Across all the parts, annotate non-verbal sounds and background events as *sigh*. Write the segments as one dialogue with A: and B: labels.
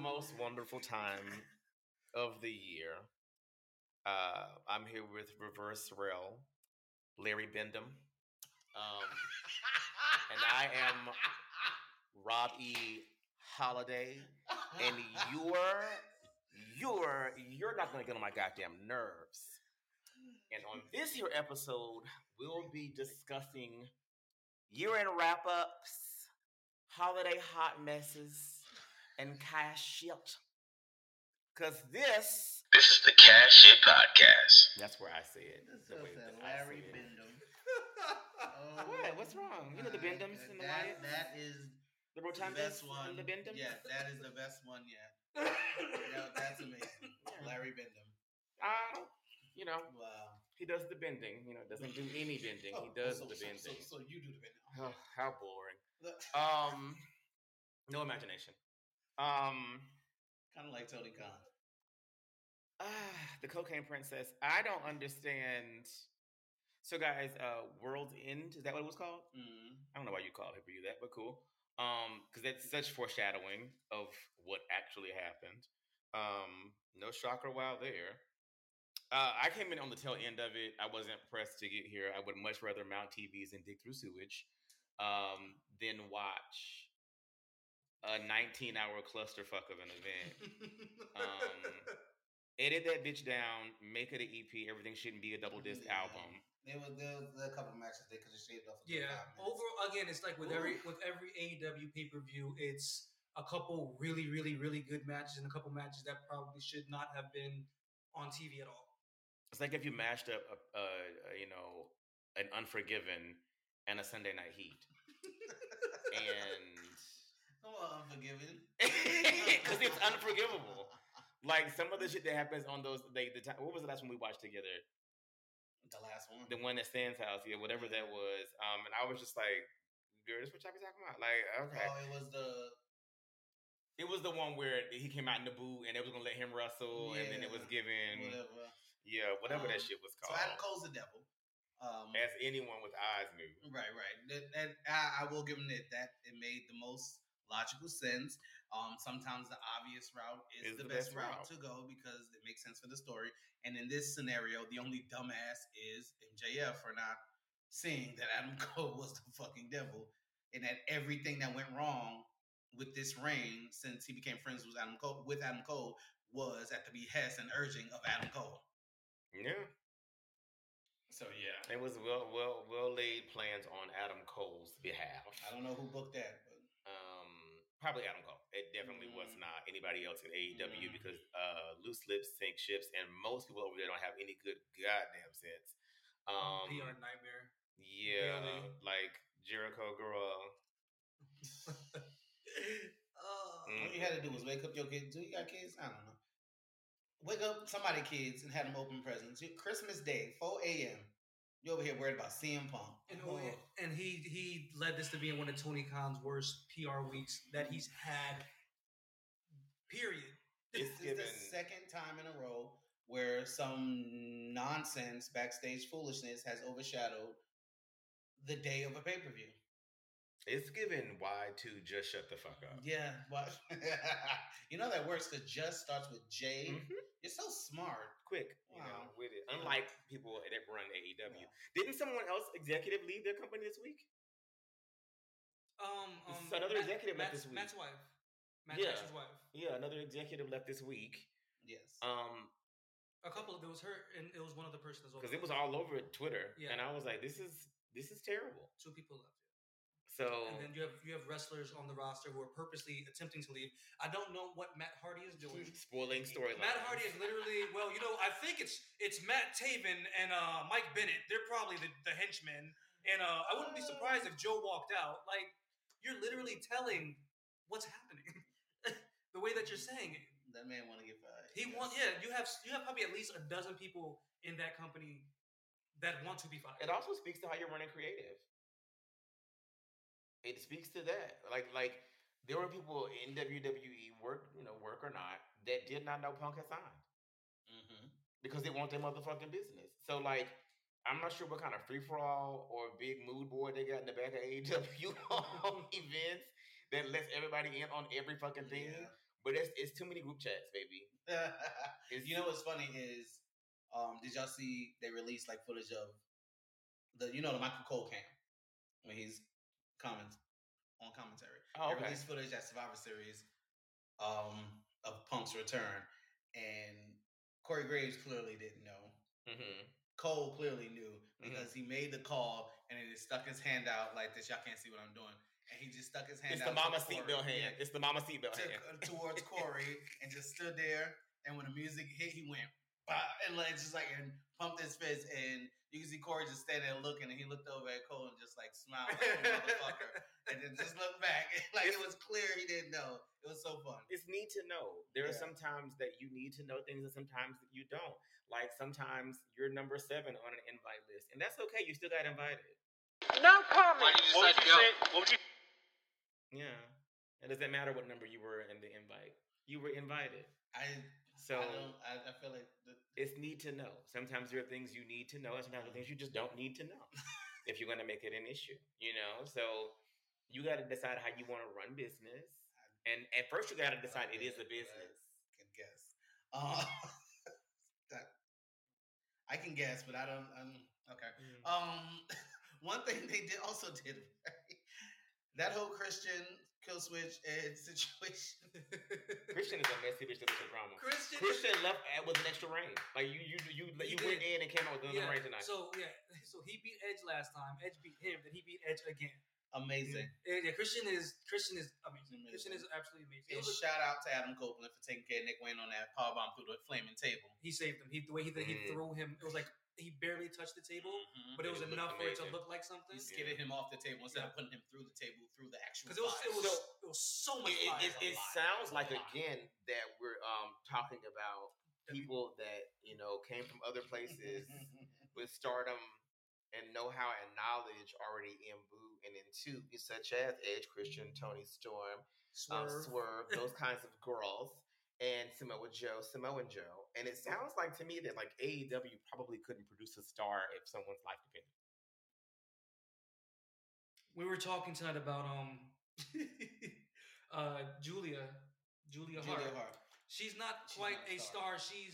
A: most wonderful time of the year. Uh, I'm here with Reverse Rail, Larry Bendham, um, and I am Rob E. Holiday, and you're you're you're not gonna get on my goddamn nerves. And on this here episode, we'll be discussing year-end wrap-ups, holiday hot messes, and cash shit. Cause this
B: This is the Cash Shit Podcast.
A: that's where I say it.
C: This
A: the way
C: is
A: that I
C: Larry
A: say it.
C: Bendham.
A: *laughs* What? What's wrong? You know the
C: my
A: Bendhams
C: God.
A: and the
C: Uh, that,
A: Wyatts?
C: That is
A: The
C: the
A: Rotundas
C: best one.
A: and the Bendhams?
C: Yeah, that is the best one yet.
A: *laughs*
C: No, that's amazing.
A: Yeah.
C: Larry Bendham.
A: Uh, you know,
C: Wow.
A: he does the bending. You know, doesn't do any bending. He does
C: Oh, so,
A: the
C: so-
A: bending.
C: So, so you do the bending.
A: Oh, how boring.
C: Look,
A: Um, no imagination. Um,
C: kind of like Tony Khan.
A: ah, the cocaine princess. I don't understand. So, guys, uh, World's End is that what it was called?
C: Mm.
A: I don't know why you called Hipper you that, but cool. Um, because that's such foreshadowing of what actually happened. Um, no shocker wow there. Uh, I came in on the tail end of it. I wasn't pressed to get here. I would much rather mount TVs and dig through sewage um, than watch a 19 hour clusterfuck of an event.
D: *laughs*
A: Um, Edit that bitch down, make it an EP. Everything shouldn't be a double disc
C: Yeah.
A: album.
C: there, was, there was a couple matches they could have shaved off.
D: Yeah. Overall, again, it's like with every with every AEW pay per view, it's a couple really, really, really good matches and a couple matches that probably should not have been on TV at all.
A: It's like if you mashed up, a, a, a, you know, an Unforgiven and a Sunday Night Heat, and *laughs*
C: Come on, Unforgiven. *laughs*
A: because it's unforgivable. Like some of the shit that happens on those, like the time. What was the last one we watched together?
C: The last one.
A: The one at Stan's house, yeah, whatever that was. Um, and I was just like, "Girl, this what y'all be talking about?" Like, okay,
C: Oh, it was the
A: it was the one where he came out in the boot and they was gonna let him wrestle, and then it was
C: Yeah,
A: given,
C: whatever.
A: yeah, whatever
C: Um,
A: that shit was
C: So
A: called.
C: Adam Cole's the devil. Um,
A: As anyone with eyes knew.
C: Right, right. That, that I, I will give him that. That it made the most logical sense. Um, sometimes the obvious route is, the, best, route, to go because it makes sense for the story. And in this scenario, the only dumbass is MJF for not seeing that Adam *laughs* Cole was the fucking devil, and that everything that went wrong with this reign since he became friends with Adam Cole with Adam Cole was at the behest and urging of Adam Cole.
A: Yeah.
C: So yeah,
A: It was well, well, well laid plans on Adam Cole's behalf.
C: I don't know who booked that, but
A: Um, probably Adam Cole. It definitely was
C: Mhm.
A: not anybody else in AEW
C: Mhm.
A: because uh, loose lips sink ships, and most people over there don't have any good goddamn sense. Um,
D: PR nightmare.
A: yeah,
D: Really?
A: like Jericho girl.
D: Uh,
A: Mm.
C: All you had to do was wake up your kids. Do you got kids? I don't know. Wake up somebody kids and had them open presents. You- Christmas Day, 4 a.m. You over here worried about CM Punk.
D: And,
C: *laughs*
D: and he he led this to being one of Tony Khan's worst PR weeks that he's had. Period.
C: this
A: It's
C: is the
A: given.
C: second time in a row where some nonsense backstage foolishness has overshadowed the day of a pay per view.
A: It's given Y to just shut the fuck up.
C: Yeah, but *laughs* you know that works because just starts with J.
A: Mhm.
C: You're so smart.
A: Quick, you know,
C: Wow.
A: with it. Unlike people that run AEW, didn't someone else executive leave their company this week?
D: Um, um
A: This is another
D: Matt-
A: executive met
D: Matt's,
A: this week.
D: Matt's wife. Matt
A: Yeah.
D: Jackson's wife.
A: Yeah, another executive left this week.
C: Yes.
A: Um,
D: A couple. There was her, and it was one other person as well.
A: because it was all over Twitter,
D: Yeah.
A: and I was like, "This is this is terrible."
D: two people left.
A: So
D: And
A: *laughs*
D: then you have you have wrestlers on the roster who are purposely attempting to leave. I don't know what Matt Hardy is doing.
A: spoiling storyline.
D: Matt Hardy is literally well, you know, I think it's it's Matt Taven and uh, Mike Bennett. They're probably the, the henchmen, and uh, I wouldn't be surprised if Joe walked out. Like you're literally telling what's happening *laughs* the way that you're saying it.
C: that man want to get fired.
D: He
C: Yes.
D: wants yeah. You have you have probably at least a dozen people in that company that want to be fired.
A: It also speaks to how you're running creative. It speaks to that. Like like there were people in WWE work you know work or not that did not know Punk had signed
C: Mhm.
A: because they want their motherfucking business. So like. I'm not sure what kind of free for all or big mood board they got in the *laughs* back E of AEW events that lets everybody in on every fucking thing.
C: Yeah.
A: But it's, it's too many group chats, baby.
C: *laughs*
A: *laughs* It's,
C: you know what's funny is, um, did y'all see they released like footage of the you know the Michael Cole cam when he's comments on commentary.
A: Oh,
C: They
A: okay.
C: released footage at Survivor Series um, of Punk's return, and Corey Graves clearly didn't know.
A: Mhm.
C: Cole clearly knew
A: Mm-hmm.
C: because he made the call and then he stuck his hand out like this. Y'all can't see what I'm doing, and he just stuck his hand
A: It's
C: out.
A: the mama
C: toward Corey.
A: seatbelt hand. It's the mama seatbelt
C: Yeah,
A: hand.
C: to, towards Corey and just stood there. And when the music hit, he went "Bah," and like just like and pumped his fist. And you can see Corey just standing there looking, and he looked over at Cole and just like smiled like a motherfucker, and then just looked back. *laughs* Like it was clear he didn't know. It was so fun.
A: It's need to know. There are
C: Yeah.
A: sometimes that you need to know things, and sometimes that you don't. Like sometimes you're number seven on an invite list, and that's okay. You still got invited.
E: No
B: Why
E: comment.
B: you decide to go?
A: Yeah, it doesn't matter what number you were in the invite. You were invited,
C: I
A: so
C: I don't. I, I feel like the,
A: it's need to know. Sometimes there are things you need to know, and sometimes there are things you just don't need to know *laughs* if you're going to make it an issue. You know, so you got to decide how you want to run business, and at first you got to decide it is a business.
C: can guess. Uh, *laughs* that- I can guess, but I don't. I'm, okay. Um, *laughs* one thing they did also did *laughs* right? that whole Christian kill switch and *laughs* situation.
A: Christian is a messy bitch that is a drama.
D: Christian.
A: Christian left at- with an extra rain. Like you, you, you, you,
D: He
A: went
D: did.
A: in and came out with another
D: Yeah,
A: rain tonight.
D: So yeah, *laughs* so he beat Edge last time. Edge beat him, then he beat Edge again.
C: Amazing.
D: Yeah, yeah, Christian is Christian is amazing.
C: Amazing.
D: Christian is absolutely amazing. It
C: And
D: was-
C: shout out to Adam Copeland for taking care of Nick Wayne on that powerbomb through the flaming table.
D: he saved him. He the way he, he
A: Mm.
D: threw him, it was like he barely touched the table,
C: Mhm.
D: but
A: Mm-hmm. It
D: it was
A: looked
D: enough for it to
A: amazing.
D: look like something.
C: He skidded him off the table instead of putting him through the table through the actual.
D: Because it was it was
C: fire.
D: it was so much.
A: it, it-
D: fire.
A: it- it sounds like
D: *laughs*
A: again that we're um, talking about people that you know came from other places with stardom and know-how and knowledge already in Boo and in Two, such as Edge, Christian, Tony Storm, um,
D: Swerve.
A: Swerve, those kinds of girls, and Samoa Joe, Samoan Joe. And it sounds like to me that like AEW probably couldn't produce a star if someone's life depended.
D: We were talking tonight about um, *laughs* uh, Julia, Julia Hart.
C: Julia Hart.
D: She's not
C: She's
D: quite
C: not
D: a star. She's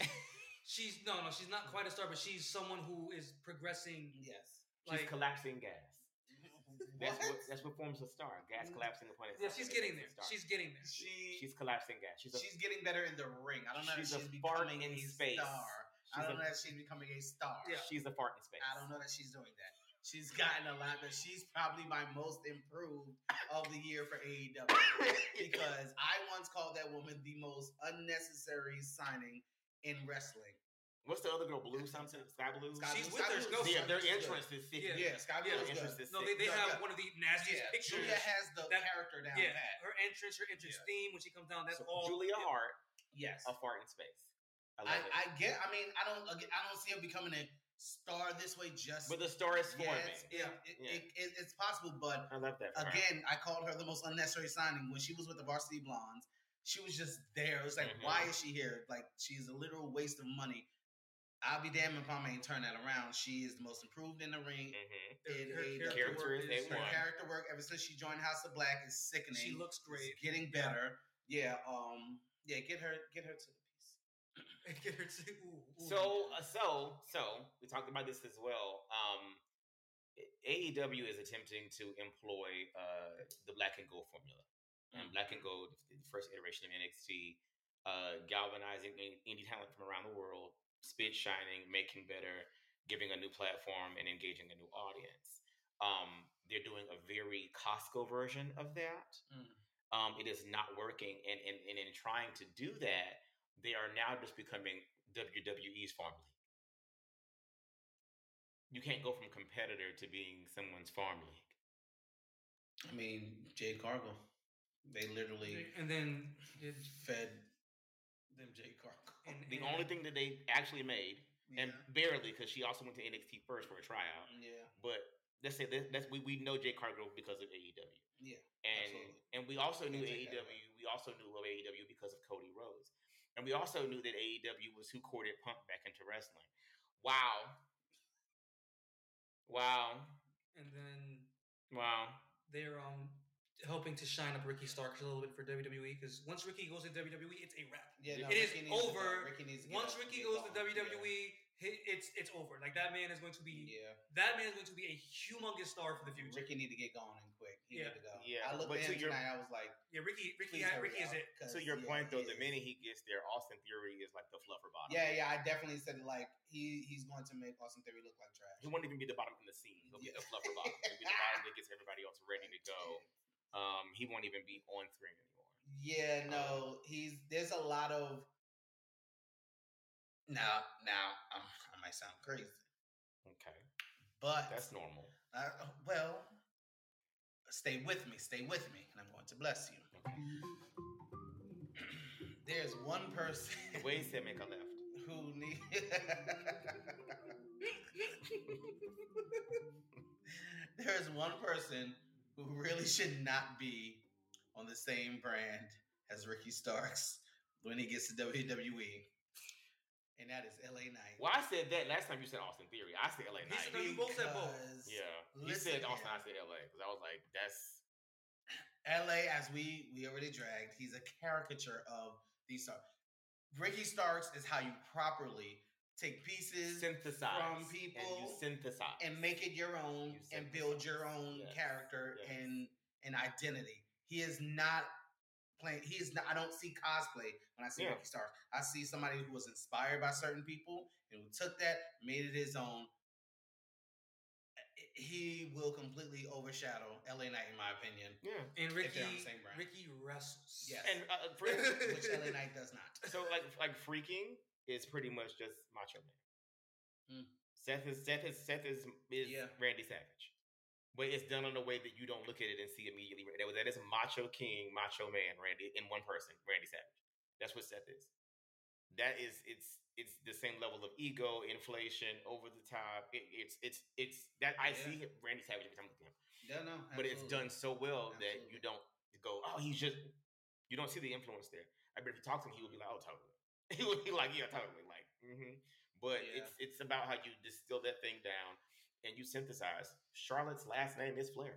D: she's no no. She's not quite a star, but she's someone who is progressing.
C: Yes.
A: She's
D: Like
A: collapsing gas. That's what?
C: *laughs* What?
A: that's what forms a star. Gas
D: Mm.
A: collapsing upon
D: yeah,
A: itself.
D: she's
A: It
D: getting
A: makes a
D: there.
A: star.
D: She's getting there.
C: She,
A: she's collapsing gas. She's a
C: she's getting better in the ring. I don't know
A: She's a
C: if she's
A: fart
C: becoming
A: in
C: a
A: space.
C: star. I
A: She's a-
C: don't know if she's becoming a star.
A: she's a fart in space.
C: I don't know that she's doing that. She's gotten a lot, but she's probably my most improved of the year for
A: *laughs*
C: AEW because I once called that woman the most unnecessary signing in wrestling.
A: What's the other girl? Blue something? Sky Blue?
C: Sky
D: She's
C: Blue- Sky
D: with their-
C: Blue's
D: no,
C: good.
A: yeah, their
C: She's good.
A: entrance is sick.
D: Yeah.
C: Yeah, Sky
D: Yeah,
A: Their
C: Blue's
A: entrance is
C: good.
D: No, they,
A: sick.
D: they
C: No,
D: have
C: yeah.
D: one of the nastiest
C: Yeah,
D: pictures.
C: Julia has the
D: That-
C: character down
D: yeah,
C: pat.
D: her entrance, her entrance
C: Yeah.
D: theme when she comes down. That's
A: So,
D: all.
A: Julia
D: yeah.
A: Hart,
C: Yes,
A: a fart in space. I love
C: I,
A: it.
C: I get. I mean, I don't. I don't see her becoming a star this way. Just
A: but the star is forming.
C: Yes, it-
D: Yeah.
C: it-
A: Yeah.
C: it- it- it's possible, but
A: I love that. for her.
C: again, I called her the most unnecessary signing when she was with the Varsity Blondes. She was just there. It was like,
A: Mhm.
C: why is she here? Like, she's a literal waste of money. I'll be damned if I ain't turn that around. She is the most improved in the ring.
A: Mhm.
C: in
D: Her- her
C: AEW.
D: character
A: Character
D: work
A: is they
C: Her
A: one.
C: character work ever since she joined House of Black is sickening.
D: She looks great.
C: *laughs*
D: *laughs*
C: It's getting better. Yeah. Um. Yeah. Get her. Get her to the piece.
D: Get her to- ooh, ooh.
A: So, uh, so, so we talked about this as well. Um, AEW is attempting to employ uh, the black and gold formula. And black and gold, the first iteration of NXT, uh, galvanizing in- indie talent from around the world, spit shining, making better, giving a new platform, and engaging a new audience. Um, they're doing a very Costco version of that.
C: Mm.
A: Um, it is not working, and, and and in trying to do that, they are now just becoming WWE's formula you can't go from competitor to being someone's farm league.
C: I mean, Jade Cargo. They literally
D: and then did
C: fed them Jade Cargo.
D: and,
A: The
D: and-
A: only thing that they actually made, and
C: Mm-hmm. Yeah. Mm-hmm.
A: barely, because she also went to NXT first for a tryout.
C: yeah.
A: But let's say that, that's we, we know Jay Cargo because of AEW,
C: Yeah.
A: and
C: Absolutely.
A: and we also
C: Can't
A: knew
C: take that
A: AEW. We also knew of AEW because of Cody Rhodes, and we also knew that AEW was who courted Punk back into wrestling. Wow, wow,
D: and then
A: wow.
D: they're um helping to shine up Ricky Starks a little bit for WWE because once Ricky goes to WWE, it's a wrap.
A: It
C: Yeah, no,
D: It is
C: Ricky needs to go.
D: over.
C: Ricky needs to get
D: Once
C: up and
D: Ricky
C: get
D: goes to E,
C: going. Yeah.
D: WWE, he, it's it's over. Like that man is going to be
C: yeah.
D: that man is going to be a humongous star for the future.
C: Ricky need to get going and quick. He
D: Yeah.
C: need to go.
A: Yeah,
C: I looked
A: but
C: at
A: to your-
C: him tonight. I was like,
D: yeah, Ricky Ricky
C: please hurry
D: Ricky is
C: up,
D: it.
C: 'cause,
A: To your
C: yeah,
A: point, though,
C: yeah.
A: the minute he gets there, Austin Theory is like the fluffer bottom.
C: Yeah, yeah, I definitely said like he he's going to make Austin Theory look like trash.
A: He won't even be the bottom in the scene. He'll be
C: Yeah.
A: the fluffer bottom. He'll
C: *laughs*
A: be the bottom that gets everybody else ready to go. Um, he won't even be on screen anymore.
C: Yeah,
A: Um,
C: no, he's there's a lot of. Now, now I'm, I might sound crazy,
A: Okay,
C: but
A: that's normal.
C: uh, well, stay with me, stay with me, and I'm going to bless you.
A: Okay.
C: *clears throat* There's one person
A: The way he said make a left.
C: who need there is one person who really should not be on the same brand as Ricky Starks when he gets to WWE, and that is LA Knight.
A: Well, I said that last time you said Austin Theory. I said LA
D: He said-
A: Knight.
D: No, you both said both.
C: Because
A: Yeah, you
C: listen
A: said
C: here.
A: Austin. I said LA because I was like, that's
C: LA, as we we already dragged, he's a caricature of these stars. Ricky Starks is how you properly take pieces
A: synthesize
C: from
A: and you
C: people
A: synthesize
C: and make it your own
A: You
C: and build
A: synthesize.
C: your own
A: Yes,
C: character
A: yes.
C: and and identity. He is not playing. He is not. I don't see cosplay when I see
A: Yeah.
C: Ricky Stars. I see somebody who was inspired by certain people and who took that, made it his own. Eh, He will completely overshadow LA Knight, in my opinion.
A: Yeah,
D: And
C: If
D: Ricky
C: they're on the same brand.
D: Ricky wrestles.
C: Yes.
A: and uh,
C: *laughs*
A: for instance,
C: Which LA Knight does not.
A: so like like freaking is pretty much just Macho Man.
C: Mm-hmm. Mm.
A: Seth is Seth is Seth is, is
C: Yeah.
A: Randy Savage, but it's done in a way that you don't look at it and see immediately. That that is Macho King, Macho Man, Randy in one person, Randy Savage. That's what Seth is. That is it's it's the same level of ego, inflation, over the top. It, it's it's it's that I
C: Yeah.
A: see him, Randy Savage every time I look at him
C: No, no.
A: *laughs* but it's done so
C: absolutely.
A: well that
C: Absolutely.
A: you don't go, oh, he's just you don't see the influence there. I bet if you talk to him, he would be like, oh, totally. *laughs* He would be like, yeah, totally. Like, hmm but
C: Yeah.
A: it's it's about how you distill that thing down and you synthesize. Charlotte's last name is Flair.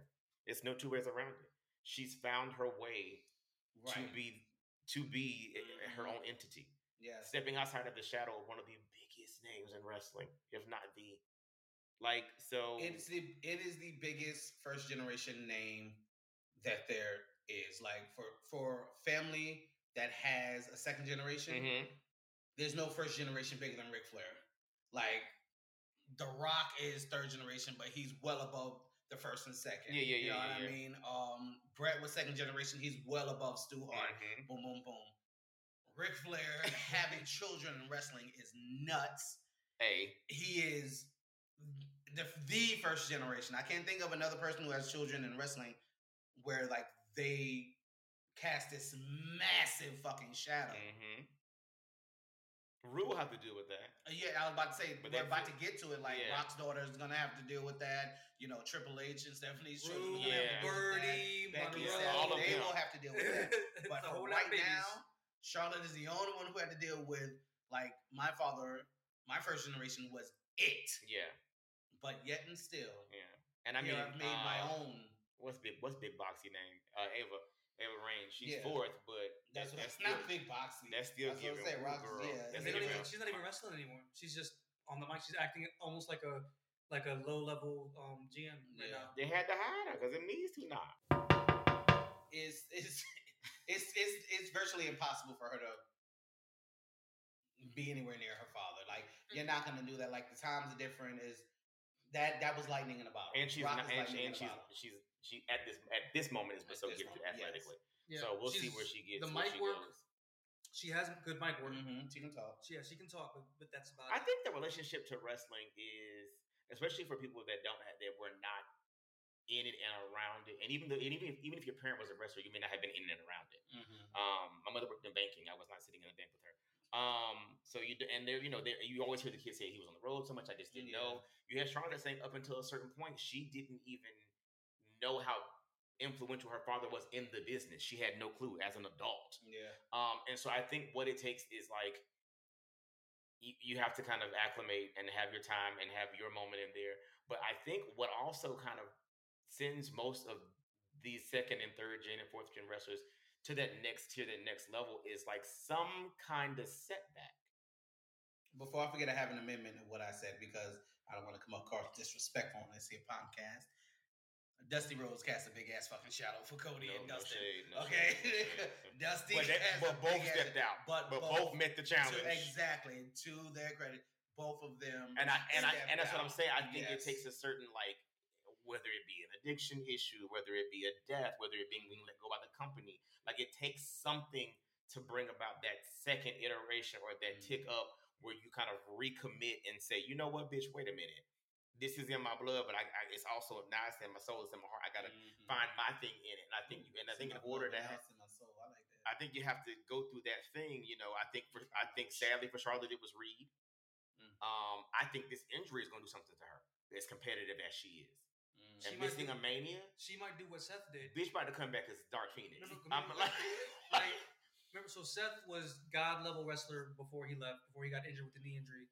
A: It's no two ways around it. She's found her way
C: Right. Mm-hmm.
A: to be to be i- i- her own entity,
C: yes.
A: stepping outside of the shadow of one of the biggest names in wrestling, if not the like. So
C: It's the it is the biggest first generation name that there is. Like for for family that has a second generation,
A: Mhm.
C: there's no first generation bigger than Ric Flair. Like The Rock is third generation, but he's well above the first and second.
A: Yeah, yeah,
C: You
A: yeah, yeah,
C: know what
A: yeah.
C: I mean? Um, Brett was second generation. He's well above Stu Hart.
A: Mhm.
C: Boom, boom, boom. Ric Flair *laughs* having children in wrestling is nuts
A: a
C: he is the, the first generation. I can't think of another person who has children in wrestling where like they cast this massive fucking shadow.
A: Mm-hmm. Rue will have to deal with that.
C: Uh, Yeah, I was about to say
A: But
C: we're
A: that's
C: about
A: it.
C: to get to it. Like
A: Yeah.
C: Rock's daughter is gonna have to deal with that. You know, Triple H and Stephanie's children. are
D: Rude,
C: gonna have to deal with that. Becky
D: Birdie,
A: Yeah,
C: and
D: Monroe.
A: Savage, all of
C: Stephanie, they
A: them.
C: will have to deal with that.
D: *laughs* It's
C: But for
D: a whole lot
C: right
D: of babies.
C: now, Charlotte is the only one who had to deal with like my father. My first generation was it,
A: Yeah,
C: but yet and still,
A: yeah. And I mean,
C: here I've made my
A: uh,
C: own.
A: What's big? What's big boxy name? Uh, Ava. Ava Rain. She's
C: Yeah.
A: fourth, but that-
C: That's, what
A: that's
C: it's not
A: still-
C: big boxy.
A: That's still
C: That's what I'm
A: giving
C: saying,
A: Rue
C: Rock's-
A: girl.
C: yeah,
A: That's
D: And they don't
A: giving
D: even,
A: Rue.
D: she's not even wrestling anymore. She's just on the mic. She's acting almost like a like a low level um, GM right
C: Yeah.
D: now.
A: They had to hide her because it needs to not.
C: It's it's *laughs* it's it's it's virtually impossible for her to be anywhere near her father. Like
A: Mm-hmm.
C: you're not gonna do that. Like the times are different. Is that that was lightning in a bottle.
A: And she's
C: Rock
A: not.
C: is
A: And,
C: lightning in
A: and
C: a
A: she's
C: bottle.
A: she's she at this at this moment is
C: At
A: so
C: this
A: gifted
C: moment, yes.
A: athletically. So we'll see
D: She's-
A: where she gets.
D: The
A: where she
D: mic work.
A: goes.
D: She has good mic work.
C: Mhm, She can talk.
D: She- Yeah, she can talk, but, but that's about
A: I
D: it.
A: think the relationship to wrestling is, especially for people that don't have, that were not in it and around it, and even though, and even if, even if your parent was a wrestler, you may not have been in and around it. Um, my mother worked in banking; I was not sitting in the bank with her. Um, so you d- and there, you know, there you always hear the kids say he was on the road so much. I just didn't
C: Yeah.
A: know. You had Charlotte saying up until a certain point, she didn't even know how influential her father was in the business. She had no clue as an adult.
C: Yeah.
A: Um, and so I think what it takes is like you, you have to kind of acclimate and have your time and have your moment in there. But I think what also kind of sends most of these second and third gen and fourth gen wrestlers to that next tier, that next level is like some kind of setback.
C: Before I forget, I have an amendment of what I said because I don't want to come across disrespectful on this here podcast. Dusty Rhodes cast a big ass fucking shadow for Cody
A: No-
C: and
A: no
C: Dustin.
A: shade, no
C: okay,
A: *laughs* shade,
C: *laughs*
A: no shade.
C: Dusty.
A: But, they,
C: cast a
A: but both
C: big-ass-
A: stepped out.
C: but
A: But both
C: both
A: met the
C: to-
A: challenge.
C: exactly to their credit, both of them.
A: and I and I
C: stepped
A: and that's what
C: out.
A: I'm saying. I think it
C: Yes.
A: takes a certain like whether it be an addiction issue, whether it be a death, whether it being being let go by the company, like it takes something to bring about that second iteration or
C: Mm.
A: that tick up where you kind of recommit and say, you know what, bitch, wait a minute, this is in my blood, but I, I it's also now it's in my soul, it's in my heart. I gotta
C: Mhm.
A: find my thing in it, and I think you and I
C: It's
A: think in
C: my
A: order
C: blood,
A: to
C: but
A: have
C: it's in my soul. I like that.
A: I think you have to go through that thing. You know, I think for I think sadly for Charlotte it was Reed.
C: Mm.
A: Um, I think this injury is going to do something to her. As competitive as she is,
C: Mm.
D: She
A: and
D: might
A: missing
D: be-
A: a mania,
D: She might do what Seth did.
A: bitch might have come back as Dark Phoenix.
D: No, no, come
A: I'm
D: here.
A: like,
D: *laughs* Like, remember, so Seth was god level wrestler before he left, before he got injured with the knee injury.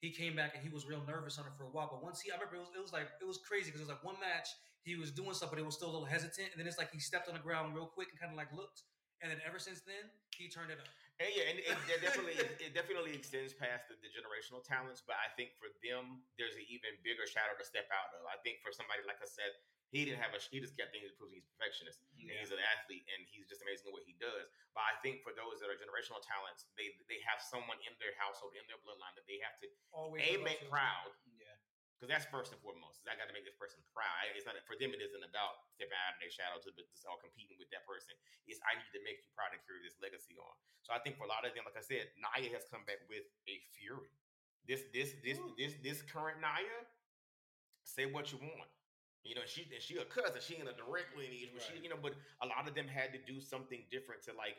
D: He came back and he was real nervous on it for a while. But once he, I remember it was, it was like it was crazy because it was like one match he was doing stuff, but it was still a little hesitant. And then it's like he stepped on the ground real quick and kind of like looked. And then ever since then, he turned it up.
A: and yeah, and it, it definitely it definitely extends past the, the generational talents, but I think for them there's an even bigger shadow to step out of. I think for somebody like I said, he didn't have a he just kept thinking he proves he's a perfectionist. and
C: Yeah.
A: he's an athlete and he's just amazing at what he does. But I think for those that are generational talents, they they have someone in their household, in their bloodline that they have to
D: Always.
A: a
D: but
A: make
D: also-
A: proud
C: Yeah.
A: because that's first and foremost. Is I got to make this person proud. I- It's not for them. It isn't about stepping out of their shadow to be- just all competing with that person. It's I need to make you proud and carry this legacy on. So I think for a lot of them, like I said, Naya has come back with a fury. This this this
C: Ooh.
A: this this current Naya, say what you want. You know, she and she a cousin. She ain't a direct lineage, but she
C: Right.
A: you know, but a lot of them had to do something different to like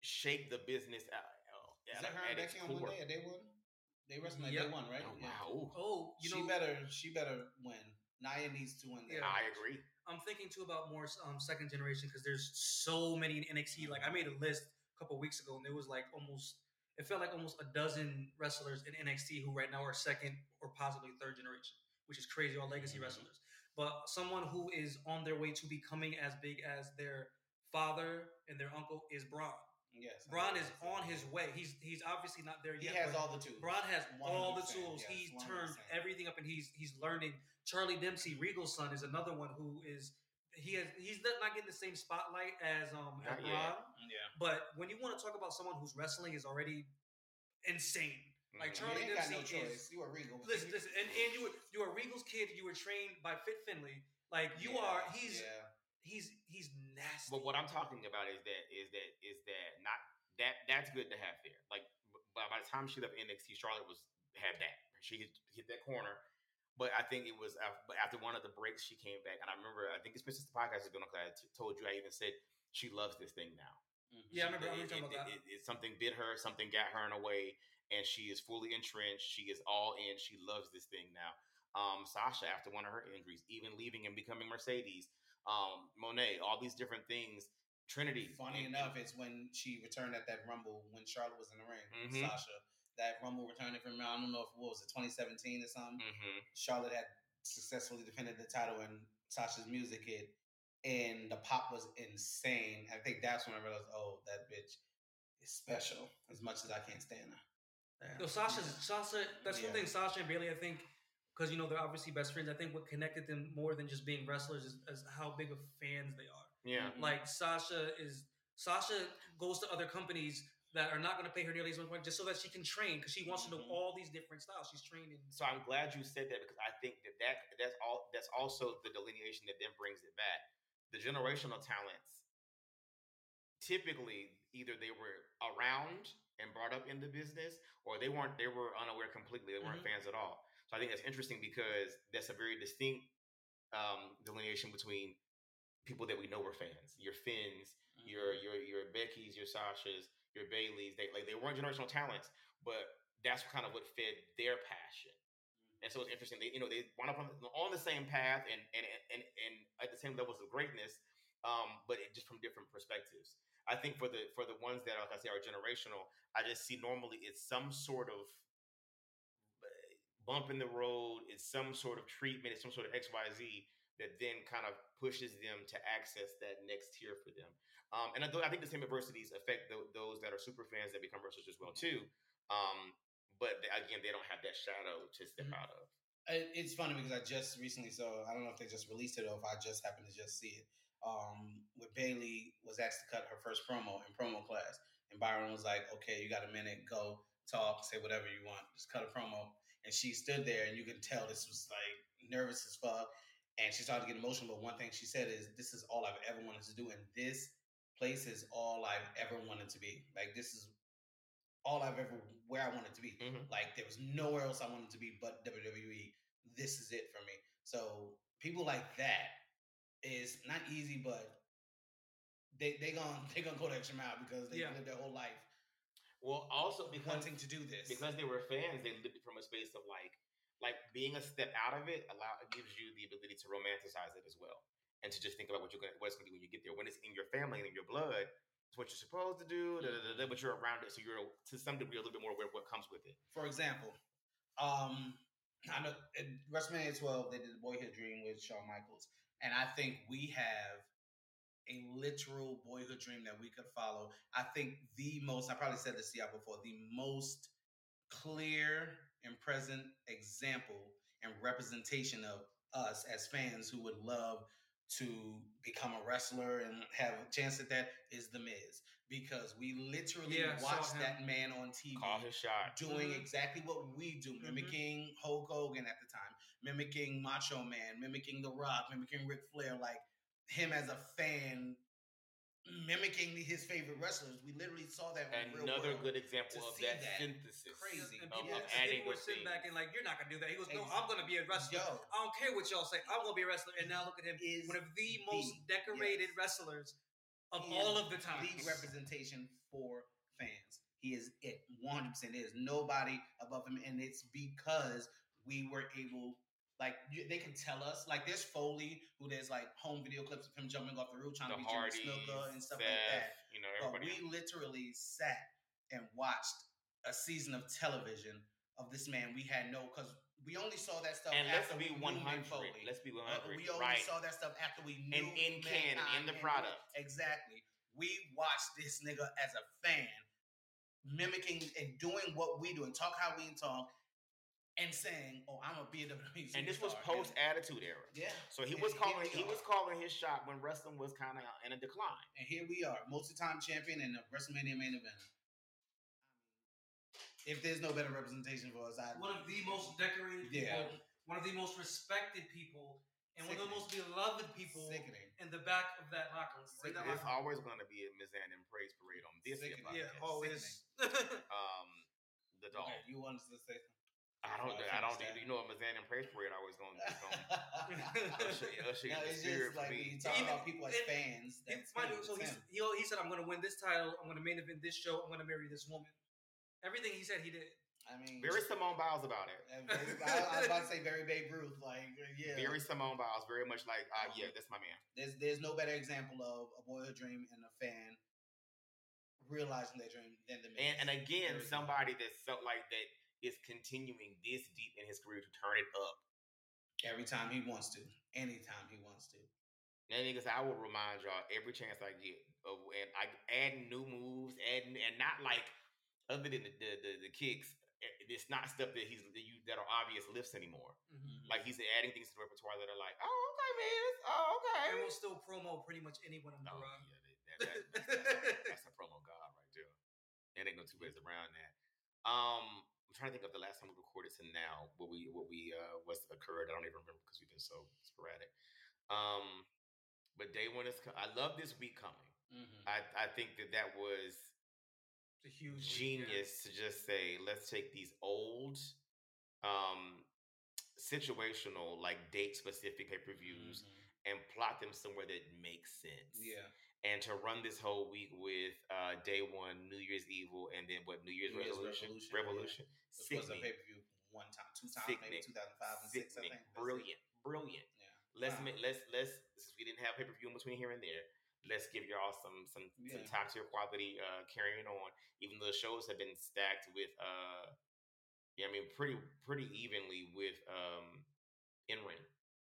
A: shake the business uh, out.
C: Is that her and Becky on one day? Or day one? They wrestled like
D: Yep.
C: day one, right?
A: Oh
C: Yeah.
A: wow! Ooh.
D: Oh, you
C: she
D: know,
C: better. She better win. Naya needs to win. that
D: Yeah.
A: I
C: match.
A: agree.
D: I'm thinking too about more um, second generation because there's so many in NXT. Like I made a list a couple weeks ago, and there was like almost it felt like almost a dozen wrestlers in NXT who right now are second or possibly third generation, which is crazy. All legacy
A: Mhm.
C: Mm-hmm.
D: wrestlers, but someone who is on their way to becoming as big as their father and their uncle is Braun.
C: Yes. I
D: Braun
C: know.
D: is on his way. He's he's obviously not there
C: He
D: yet.
C: has
D: but-
C: all the tools.
D: Braun has all the
C: 100%,
D: tools.
C: yes,
D: he's
C: 100%.
D: turned everything up, and he's he's learning. Charlie Dempsey, Regal's son, is another one who is he has he's not not getting the same spotlight as um as
A: Not yet.
D: Braun.
C: Yeah.
D: But when you want to talk about someone whose wrestling is already insane, Like,
A: Mhm.
D: Charlie
C: you ain't got no
D: Dempsey is-
C: choice. You are regal. but
D: listen,
C: you-
D: listen, and, and you were you were Regal's kid. You were trained by Fit Finley. Like you
C: Yeah,
D: are, he's
C: yeah.
D: he's he's nasty.
A: But what I'm talking about is that is that is that not that that's good to have there. Like b- by, by the time she left NXT, Charlotte was had that. She hit, hit that corner. But I think it was af- but after one of the breaks, she came back, and I remember I think it's been since the podcast has been on. 'cause I t- told you I even said she loves this thing now.
C: Mm-hmm.
D: yeah, I remember, I
A: It-
D: remember talking
A: it-
D: about that.
A: it- it- it- something bit her, something got her in a way, and she is fully entrenched. She is all in. She loves this thing now. Um, Sasha, after one of her injuries, even leaving and becoming Mercedes, um, Monet, all these different things. Trinity.
C: Funny
A: and-
C: enough, it's when she returned at that Rumble when Charlotte was in the ring. with
A: Mhm.
C: Sasha, that Rumble returned from I don't know if what was it 2017 or something.
A: Mhm.
C: Charlotte had successfully defended the title and Sasha's music hit, and the pop was insane. I think that's when I realized, oh, that bitch is special. As much as I can't stand her.
D: No, Sasha's Sasha. That's one
C: Yeah.
D: thing. Sasha and Bailey, I think, because you know they're obviously best friends. I think what connected them more than just being wrestlers is, is how big of fans they are.
A: Yeah.
C: Mhm.
D: Like Sasha is Sasha goes to other companies that are not going to pay her nearly as much money just so that she can train because she wants to
C: Mhm.
D: know all these different styles. She's training.
A: So I'm glad you said that because I think that, that that's all that's also the delineation that then brings it back. The generational talents typically either they were around and brought up in the business or they weren't they were unaware completely. They weren't fans at all. So I think that's interesting because that's a very distinct um, delineation between people that we know were fans. Your Finns, your your your Becky's, your Sasha's, your Bailey's. They like they weren't generational talents, but that's kind of what fed their passion. And so it's interesting. They you know they wound up on, on the same path and and and and at the same levels of greatness, um, but it, just from different perspectives. I think for the for the ones that are, like I say are generational, I just see normally it's some sort of bump in the road, it's some sort of treatment, it's some sort of X Y Z that then kind of pushes them to access that next tier for them. Um, and I, th- I think the same adversities affect th- those that are super fans that become wrestlers as well too. Um, but th- again, they don't have that shadow to step
C: Mhm.
A: out of.
C: It, it's funny because I just recently saw. I don't know if they just released it or if I just happened to just see it. Um, when Bailey was asked to cut her first promo in promo class, and Byron was like, "Okay, you got a minute. Go talk, say whatever you want. Just cut a promo." And she stood there, and you could tell this was like nervous as fuck, and she started to get emotional. But one thing she said is, "This is all I've ever wanted to do, and this place is all I've ever wanted to be. Like this is all I've ever where I wanted to be.
A: Mhm.
C: Like there was nowhere else I wanted to be but WWE. This is it for me. So people like that is not easy, but they they gonna *laughs* they gonna go the extra mile because they
D: Yeah.
C: lived their whole life
A: Well, also because
C: wanting to do this.
A: because they were fans, they lived it from a space of like like being a step out of it allow it gives you the ability to romanticize it as well. And to just think about what you're gonna what's gonna be when you get there. When it's in your family and in your blood, it's what you're supposed to do, da, da, da, da, but you're around it, so you're to some degree a little bit more aware of what comes with it.
C: For example, um, I know at WrestleMania 12 they did the Boyhood Dream with Shawn Michaels, and I think we have a literal boyhood dream that we could follow. I think the most I probably said this to y'all before the most clear and present example and representation of us as fans who would love to become a wrestler and have a chance at that is the Miz because we literally
D: Yeah, I saw
C: watched
D: him.
C: that man on TV
A: Call his shot.
C: doing
D: Mhm.
C: exactly what we do, mimicking Hulk Hogan at the time, mimicking Macho Man, mimicking The Rock, mimicking Ric Flair, like him as a fan, mimicking his favorite wrestlers. We literally saw that in real
A: Another
C: world.
A: good example
C: to
A: of
C: see
A: that,
C: that.
A: synthesis.
C: Crazy.
D: And
A: of-
D: people,
A: of
C: Yes.
D: and
A: adding
D: people
A: of
D: were sitting back
A: things.
D: and like, you're not gonna do that. He goes, no,
C: Ex-
D: I'm gonna be a wrestler.
C: Yo,
D: I don't care what y'all say. I'm gonna be a wrestler. And now look at him,
C: is
D: one of the most decorated
C: yes.
D: wrestlers of
C: He
D: all
C: is
D: of the time.
C: league representation for fans. He is it 100%. There's nobody above him, and it's because we were able. Like you, they can tell us, like there's Foley, who there's like home video clips of him jumping off the roof trying
A: the
C: to be Jimmy
A: Hardy,
C: Snuka and stuff
A: Seth,
C: like that.
A: you know,
C: But
A: everybody.
C: we literally sat and watched a season of television of this man. We had no because we only saw that stuff
A: and let's
C: after
A: be
C: we knew
A: 100.
C: Mick Foley.
A: Let's be
C: Uh,
A: 100.
C: we only
A: right.
C: saw that stuff after we knew
A: and in can,
C: Mankind
A: in the
C: and-
A: product.
C: Exactly. We watched this nigga as a fan mimicking and doing what we do and talk how we talk and saying, "Oh, I'm gonna be a WWE."
A: And this was
C: superstar."
A: post Attitude Era.
C: And- yeah.
A: So he
C: And
A: was
C: here
A: calling
C: we
A: he was
C: are.
A: calling his shot when wrestling was kind of in a decline.
C: And here we are, multi-time champion and the WrestleMania main event. If there's no better representation for us, I
D: One of the most decorated
C: Yeah.
D: people, one of the most respected people, and one of the
C: Sickening.
D: most beloved people
C: sickening.
D: in the back of that locker room. Right
C: Sickening.
D: that
A: There's
D: locker room.
A: always going to be a Mizan and praise parade on this
C: Sickening.
A: podcast.
D: Yeah, always.
A: Um, the dog.
C: Okay, you wanted to say
A: I don't.
C: Well, I
A: I don't.
C: understand.
A: You know, a Mizan and praise parade always going to
C: *laughs* something.
D: *laughs* Oh,
A: usher *laughs* usher
C: no,
A: in the
C: it's
A: spirit
C: just
A: for
C: like when
A: me.
C: you talk
D: Even-
C: about people as
D: it-
C: fans.
D: He-
C: That's
D: mind you,
C: him,
D: so
C: it's
D: he's,
C: him.
D: he, he said, I'm going to win this title. I'm going to main event this show. I'm going to marry this woman. Everything he said, he did.
C: I mean,
A: Very Simone Biles about it.
C: and very- I, I was about to say very Babe Ruth. Like, uh, yeah,
A: Very Simone Biles. Very much like, uh, yeah, that's my man.
C: there's there's no better example of a boyhood dream and a fan realizing their dream than
A: And,
C: the Miz.
A: and again,
C: Very Simone.
A: somebody that's so like that is continuing this deep in his career to turn it up.
C: every time he wants to, anytime he wants to.
A: And niggas, I will remind y'all every chance I get of and I add new moves, add and not like other than the the, the, the kicks. eh, It's not stuff that he's that, you, that are obvious lifts anymore.
D: Mm-hmm.
A: Like he's adding things to the repertoire that are like, oh okay, man, it's- oh okay.
D: And we'll still promo pretty much anyone in
A: No,
D: the room.
A: Oh, yeah, that, that, that, that's, that's a promo god right there. There ain't no two ways around that. Um, I'm trying to think of the last time we recorded to now what we what we uh what's occurred. I don't even remember because we've been so sporadic. Um, but day one is. co- I love this week coming.
C: Mm-hmm.
A: I I think that that was
D: It's a huge weekend.
A: genius to just say let's take these old, um, situational like date specific pay per views and plot them somewhere that makes sense
C: Mm-hmm. Yeah,
A: and to run this whole week with uh day one New Year's Evil and then what New Year's
C: New Year's
A: Revolution Revolution
C: Revolution, yeah. which was a
A: Sickening.
C: pay per view one time, two times,
A: Sickening.
C: maybe 2005 and six. I
A: Sickening.
C: think That's it.
A: brilliant brilliant
C: Yeah.
A: let's
C: Wow.
A: make let's let's since we didn't have pay per view in between here and there let's give y'all some some, some
C: Yeah.
A: top tier quality uh carrying on even though the shows have been stacked with uh yeah I mean pretty pretty evenly with um in ring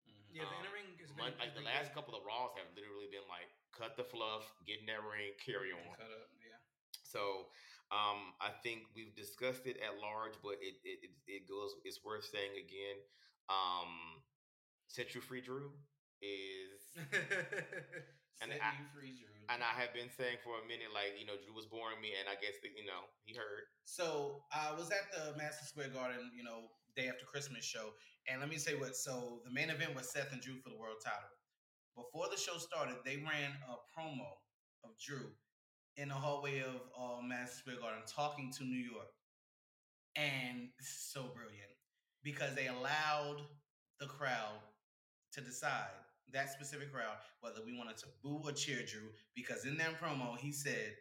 C: Mhm.
D: Yeah, the
A: Um,
D: inner ring has been
A: Mon- like the
D: every
A: last
D: *laughs* day.
A: couple of Raws have literally been like cut the fluff, get in that ring, carry on.
C: Cut up, yeah.
A: So um, I think we've discussed it at large, but it it, it, it goes. It's worth saying again. Um, Set you free, Drew is, And
C: Set
A: I-
C: me free, Drew.
D: Mm-hmm.
A: and I have been saying for a minute, like you know, Drew was boring me, and I guess that you know he heard.
C: So I was at the Madison Square Garden, you know, day after Christmas show, and let me say what. So the main event was Seth and Drew for the world title. Before the show started, they ran a promo of Drew in the hallway of uh, Madison Square Garden talking to New York, and this is so brilliant because they allowed the crowd to decide that specific crowd whether we wanted to boo or cheer Drew because in that promo he said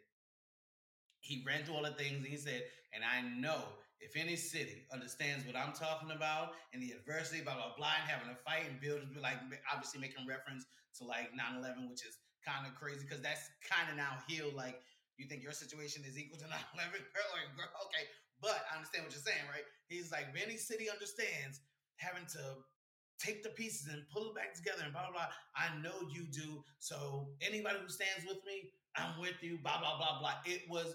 C: he ran through all the things and he said, and I know if any city understands what I'm talking about and the adversity, blah, blah, blah, and having a fight and builders, but like ma- obviously making reference to like 9 11, which is kind of crazy because that's kind of now healed. Like, you think your situation is equal to *laughs* 9 11? Girl, like, girl, okay. But I understand what you're saying, right? He's like, if any city understands having to take the pieces and pull it back together and blah, blah, blah. I know you do. So anybody who stands with me, I'm with you, blah, blah, blah, blah. It was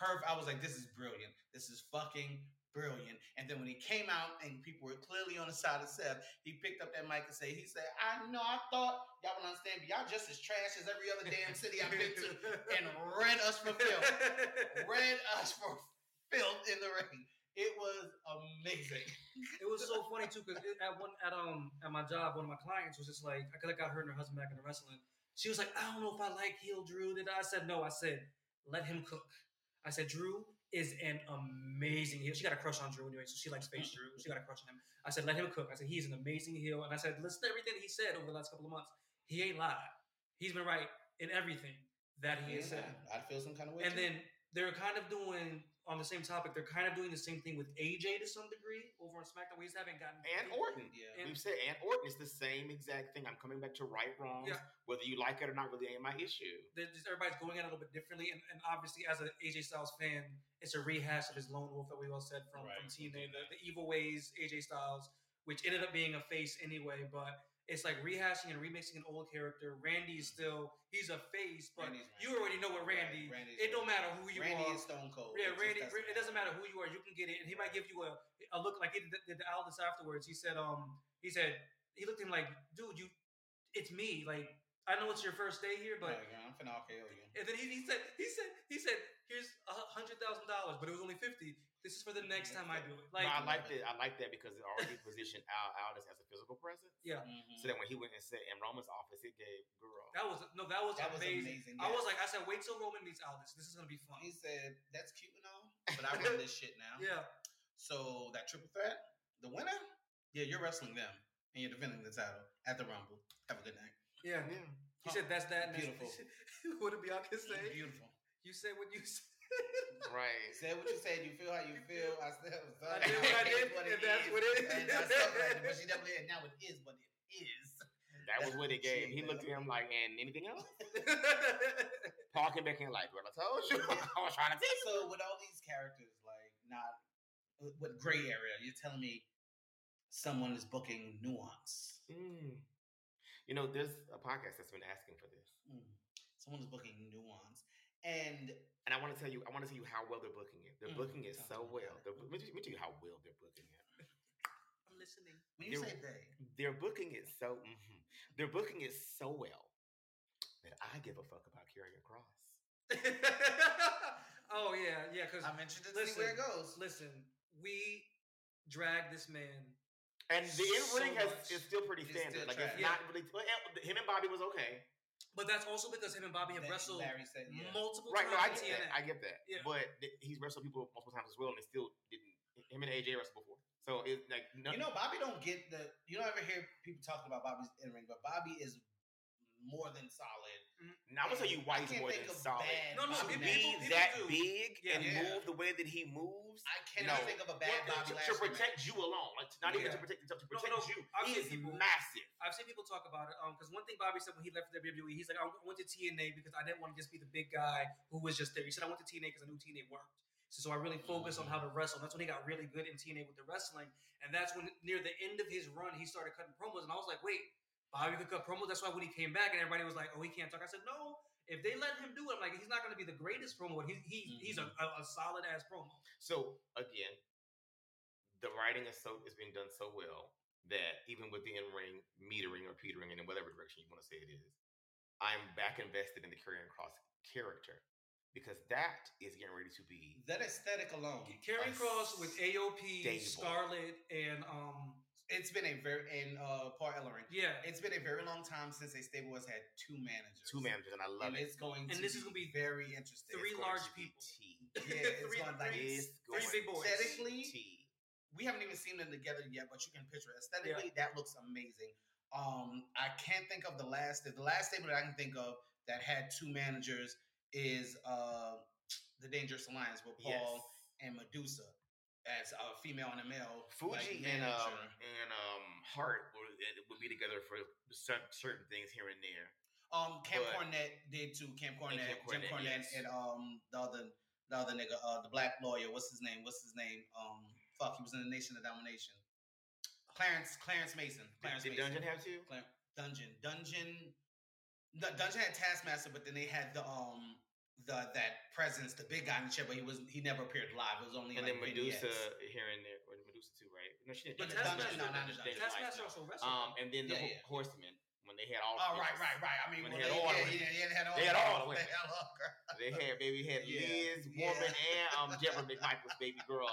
C: perfect. I was like, this is brilliant. This is fucking brilliant. And then when he came out and people were clearly on the side of Seth, he picked up that mic and said, he said, I know, I thought y'all would understand, but y'all just as trash as every other damn city I've been to. And read us for filth.
A: *laughs*
D: *laughs*
C: Read us for filth in the ring. It was amazing.
D: it was so funny too because at one at um at my job, one of my clients was just like, because I got her and her husband back into wrestling. She was like, I don't know if I like heel Drew. Did I? I said no. I said let him cook. I said Drew is an amazing heel. She got a crush on Drew anyway, so she likes face Drew. She got a crush on him. I said let him cook. I said he's an amazing heel, and I said listen to everything he said over the last couple of months. He ain't lied. He's been right in everything that he has said.
C: I'd feel some kind of way.
D: And
C: too.
D: then they're kind of doing on the same topic. They're kind of doing the same thing with AJ to some degree over on SmackDown. We just haven't gotten
A: And Orton,
C: yeah.
D: And-
A: we've said, and Orton is the same exact thing. I'm coming back to right wrongs,
D: Yeah.
A: whether you like it or not. Really, ain't my issue.
D: they're just, everybody's going at it a little bit differently. And, and obviously, as an AJ Styles fan, it's a rehash of his lone wolf that we all said from,
C: Right.
D: from TNA, the, the evil ways AJ Styles, which ended up being a face anyway. But it's like rehashing and remixing an old character.
C: Mm.
D: Randy is still he's a face, but
C: Randy's
D: you already know what
C: Right,
D: Randy.
C: Randy's
D: it don't
C: Randy.
D: matter who you
C: Randy
D: are.
C: is Stone Cold.
D: Yeah,
C: just
D: Randy. It doesn't matter who you are. You can get it, and he might give you a, a look like he did did to Aldis afterwards. He said, um, he said he looked at him like, dude, you, it's me. Like I know it's your first day here, but
C: Like, I'm finna RKO you.
D: and then he, he said, he said, he said, here's a hundred thousand dollars, but it was only fifty. This is for the next time I do it.
A: Like,
D: Like,
A: I like that. I like that because it already positioned Al Aldis as a physical presence.
C: Mhm.
A: So that when he went and said in Roman's office, it gave
D: *laughs*
A: girl.
D: that was no, that was
C: that was
D: amazing.
C: amazing.
D: I
C: yes.
D: was like, I said, wait till Roman meets Aldis. This is gonna be fun.
C: he said, "That's cute and
D: *laughs*
C: all, but I run this shit now."
D: Yeah,
C: So that triple threat, the winner, yeah, you're wrestling them and you're defending the title at the Rumble. Have a good night.
D: yeah. He said, that's that. and that's-
C: Beautiful.
D: *laughs* what did Bianca say?
C: Beautiful.
D: You say what you *laughs* say.
A: right.
C: Said what you said. You feel how you feel. I said,
D: I did what I did, and that's what it
C: And
D: is.
C: I suck at it, but she definitely, and now it is what it is.
A: That was what it gave. He looked at him like, and anything else? Paul came back in like, well, I told you. *laughs* I was trying to tell you.
C: So with all these characters, like not with- with gray area, you're telling me someone is booking nuance.
A: Mm. You know, there's a podcast that's been asking for this.
C: Mm. Someone is booking nuance, and
A: And I want to tell you, I want to tell you how well they're booking it. They're
C: Mm,
A: booking it so
C: talk to me
A: well.
C: about
A: They're,
C: it.
A: let, me, let me tell you how well they're booking it.
D: I'm listening.
C: when you
A: They're-
C: say they,
A: They're booking it so. mhm. They're booking it so well that I give a fuck about carrying cross.
D: *laughs* oh yeah, yeah. Because
C: I'm interested to see where it goes.
D: listen, we dragged this man
A: And the in
D: So
A: ring has
D: much.
A: is still pretty
C: It's
A: standard.
C: still
A: like it's
D: trash.
A: not really. Well, and him and Bobby was okay.
D: But that's also because him and Bobby have
C: That
D: wrestled
C: Larry said, yeah.
D: multiple
A: Right, no, I
D: times
A: get
D: in
A: that.
D: TNA.
A: I get that.
D: Yeah.
A: But th- he's wrestled people multiple times as well, and they still didn't. Him and AJ wrestled before, so it's like no,
C: You know, Bobby don't get the. You don't ever hear people talking about Bobby's in ring, but Bobby is more than solid.
A: now I'm gonna tell you why he's more than solid.
C: Bad
D: No, no,
A: To
C: Bobby
D: people-
A: be
C: match.
D: people
A: that
D: do.
A: big
D: Yeah.
A: and
C: Yeah.
A: move the way that he moves,
C: I cannot
A: No.
C: think of a bad
A: well,
C: Bobby
A: to, to
C: Lashley match.
A: protect you alone, like not even
D: Yeah.
A: to protect to
D: No,
A: protect
D: no,
A: you.
D: I've
A: He
D: seen
A: is
D: people-
A: massive.
D: I've seen people talk about it because one thing Bobby said when he left the WWE, he's like, I went to TNA because I didn't want to just be the big guy who was just there. He said, I went to TNA because I knew TNA worked. So, so I really focused
A: Mm-hmm.
D: on how to wrestle. That's when he got really good in TNA with the wrestling. And that's when near the end of his run, he started cutting promos. And I was like, wait, Bobby could cut promos. That's why when he came back and everybody was like, oh, he can't talk. I said, no. If they let him do it, I'm like, he's not going to be the greatest promo, but he, he, he's a,
A: Mm-hmm.
D: a, a solid ass promo.
A: So again, the writing is so is being done so well that even with the in ring metering or petering and in whatever direction you want to say it is, I'm back invested in the Karrion Cross character because that is getting ready to be
C: That aesthetic alone.
D: Carrying
A: Oh, A
D: Cross with AOP,
A: stable.
D: Scarlet, and um,
C: It's been a very and uh Paul Ellering.
D: yeah.
C: It's been a very long time since a stable has had two managers.
A: two managers, and I love
C: and
A: it.
C: it's going to
D: And this
C: be
D: is gonna be
C: very interesting.
D: three
A: It's going
D: large
A: to be
D: people.
A: tea.
C: Yeah, it's
D: *laughs* Three-
C: going like
D: three-
A: It's going
D: three big
A: to
D: boys.
A: be
C: Aesthetically,
A: tea.
C: we haven't even seen them together yet, but you can picture it. aesthetically that looks amazing. Um, I can't think of the last. The last statement that I can think of that had two managers is uh, the Dangerous Alliance with Paul
A: Yes.
C: and Medusa as a female and a male.
A: Fuji
C: like,
A: and um
C: manager.
A: and um Hart would, it would be together for cer- certain things here and there.
C: Um, Cam
A: But-
C: Cornette did too. Cam Cornette,
A: Cam
C: Jim
A: Cornette,
C: Cornette,
A: yes.
C: and um the other the other nigga, uh, the black lawyer. What's his name? What's his name? Um, fuck, he was in the Nation of Domination. Clarence Clarence Mason. Clarence
A: Did, did
C: Mason.
A: Dungeon have two?
C: Clan- Dungeon. Dungeon. The Dungeon had Taskmaster, but then they had the um the that presence, the big guy in the chair, but he was he never appeared live. It was only
A: And
C: like
A: then Medusa
C: vignettes.
A: here and there. Or Medusa too, right? No, she didn't.
D: But
A: Dungeon-
D: Taskmaster-
A: Dungeon-
D: no,
C: no, no,
A: Dungeon- Dungeon-
D: Taskmaster also wrestled.
A: Um, and then the
C: Yeah,
A: Ho-
C: yeah.
A: Horsemen when they had all.
C: Oh
A: the
C: right,
A: bitches.
C: right, right. I mean,
A: When
C: well,
A: they
C: they
A: had all the
C: yeah,
A: women.
C: yeah, yeah, they had all
A: They had
C: the
A: all the
C: girls. *laughs*
A: women.
C: They had all the girls.
A: They had baby had
C: Yeah,
A: Liz,
C: yeah.
A: Woman, and um Deborah McMichael's baby
C: *laughs*
A: girl.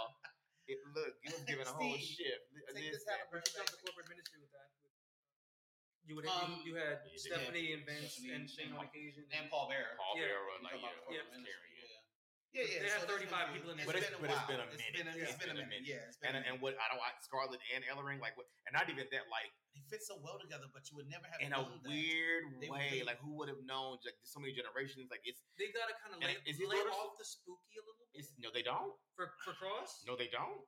A: It look, it was giving a whole
C: Steve,
A: shift. Li-
C: take
A: Liz
C: this out
A: back.
C: of-
D: But you jumped to corporate ministry with that. You would
C: Um,
D: you, you had
A: Yeah,
D: Stephanie and Vince
C: Stephanie and
D: and Shane
C: Paul.
D: on occasion.
C: And Paul Bearer.
A: Paul
D: Yeah.
A: Bearer,
C: You
A: like yeah,
C: talking
A: oh,
C: about
A: was
C: corporate ministry,
A: carrying it.
C: Yeah, yeah. yeah
D: They
C: so
D: had
C: there's been a
D: 35
C: few.
D: people in
C: It's
D: there.
A: But it's-
C: been a
A: but it's been a
C: while. It's been a,
A: minute.
C: it's been a minute. Yeah, it's been
A: And
C: a
A: and
C: minute.
A: what I don't like Scarlett and Ellering, like what and not even that, like
C: They fit so well together, but you would never have
A: in a
C: known that.
A: weird
C: They were
A: way.
C: big.
A: Like who would have known? Like there's so many generations. Like it's
D: They gotta kind of
A: And
D: lay,
A: is it
D: lay
A: Rotor-
D: off the spooky a little bit
A: it's no, they don't.
D: for for Cross.
A: No, they don't.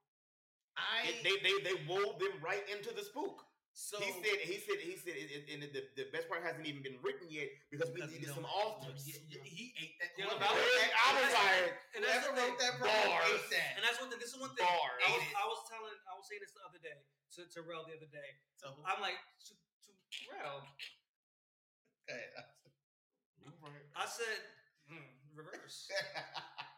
C: I
A: It- they they they wove them right into the spook.
C: so
A: he said he said he said, and- and and the, the best part hasn't even been written yet because we
C: Because
A: needed
C: no
A: some
C: one-
A: authors.
C: Yeah, yeah, He ate that.
D: Yeah,
C: whoever
D: but I
C: wrote
D: was-
C: that-
A: I was
C: *laughs*
A: like,
C: whoever-
D: and
C: whoever
D: that's the thing.
C: wrote that promo
A: bars.
C: ate that.
D: And that's one thing. This is one thing.
A: Bars.
D: I was,
C: Ate it.
D: I was telling, I was saying this the other day to to Rel the other day.
C: So, *laughs*
D: I'm like to, to Rel.
C: go ahead.
A: You're right.
D: I said hmm, reverse.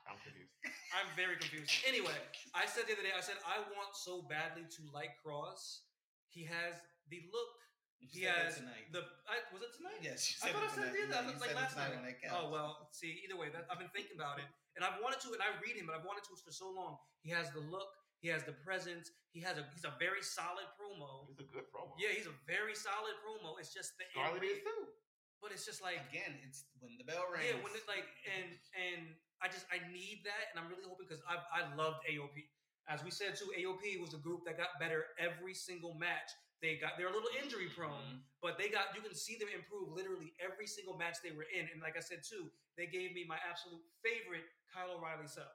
A: I'm confused.
D: I'm very confused. Anyway, I said the other day, I said I want so badly to like Cross. He has the look.
C: You
D: He
C: said that
D: has
C: tonight.
D: the. I, was it tonight?
C: Yes, you
D: I thought
C: it
D: I
C: tonight.
D: said the
C: Yeah,
D: other-
C: you said
D: like
C: it
D: last
C: tonight on that
D: night.
C: couch.
D: Oh well. See, either way, that, I've been thinking about it, and I've wanted to, and I read him, and I've wanted to for so long. He has the look. He has the presence. He has a. He's a very solid promo.
A: He's a good promo.
D: Yeah, he's a very solid promo. It's just the.
A: Scarlett is too.
D: But it's just like
C: Again, it's when the bell rings. Uh,
D: yeah, when it's
C: *laughs*
D: like and and I just I need that, and I'm really hoping because I I loved AOP. As we said too, AOP was a group that got better every single match. They got they're a little
C: uh.
D: injury
C: *laughs*
D: prone, but they got you can see them improve literally every single match they were in. And like I said too, they gave me my absolute favorite Kyle O'Reilly sub,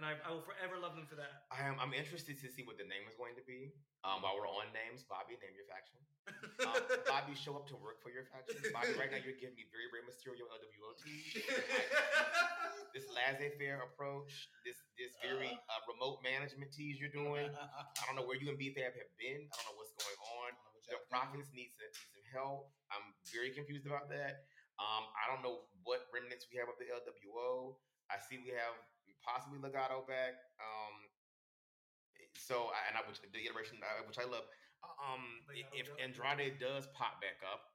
D: and I, I will forever love them for that.
A: I am. I'm interested to see what the name is going to be. Um, while we're on names, Bobby, name your faction. Um, Bobby, show up to work for your faction. Bobby, right now you're giving me very, very Mysterio LWO. This laissez-faire approach, this this very
C: Uh.
A: uh, remote management tease you're
C: *laughs*
A: doing. I don't know where you and BFAB have been. I don't know what's going on. The Prophets need some, need some help. I'm very confused about that. Um, I don't know what remnants we have of the LWO. I see we have possibly Legato back. Um, so I- and I which the iteration uh, which I love. Um, i- if
D: Legado, yeah.
A: Andrade does pop back up,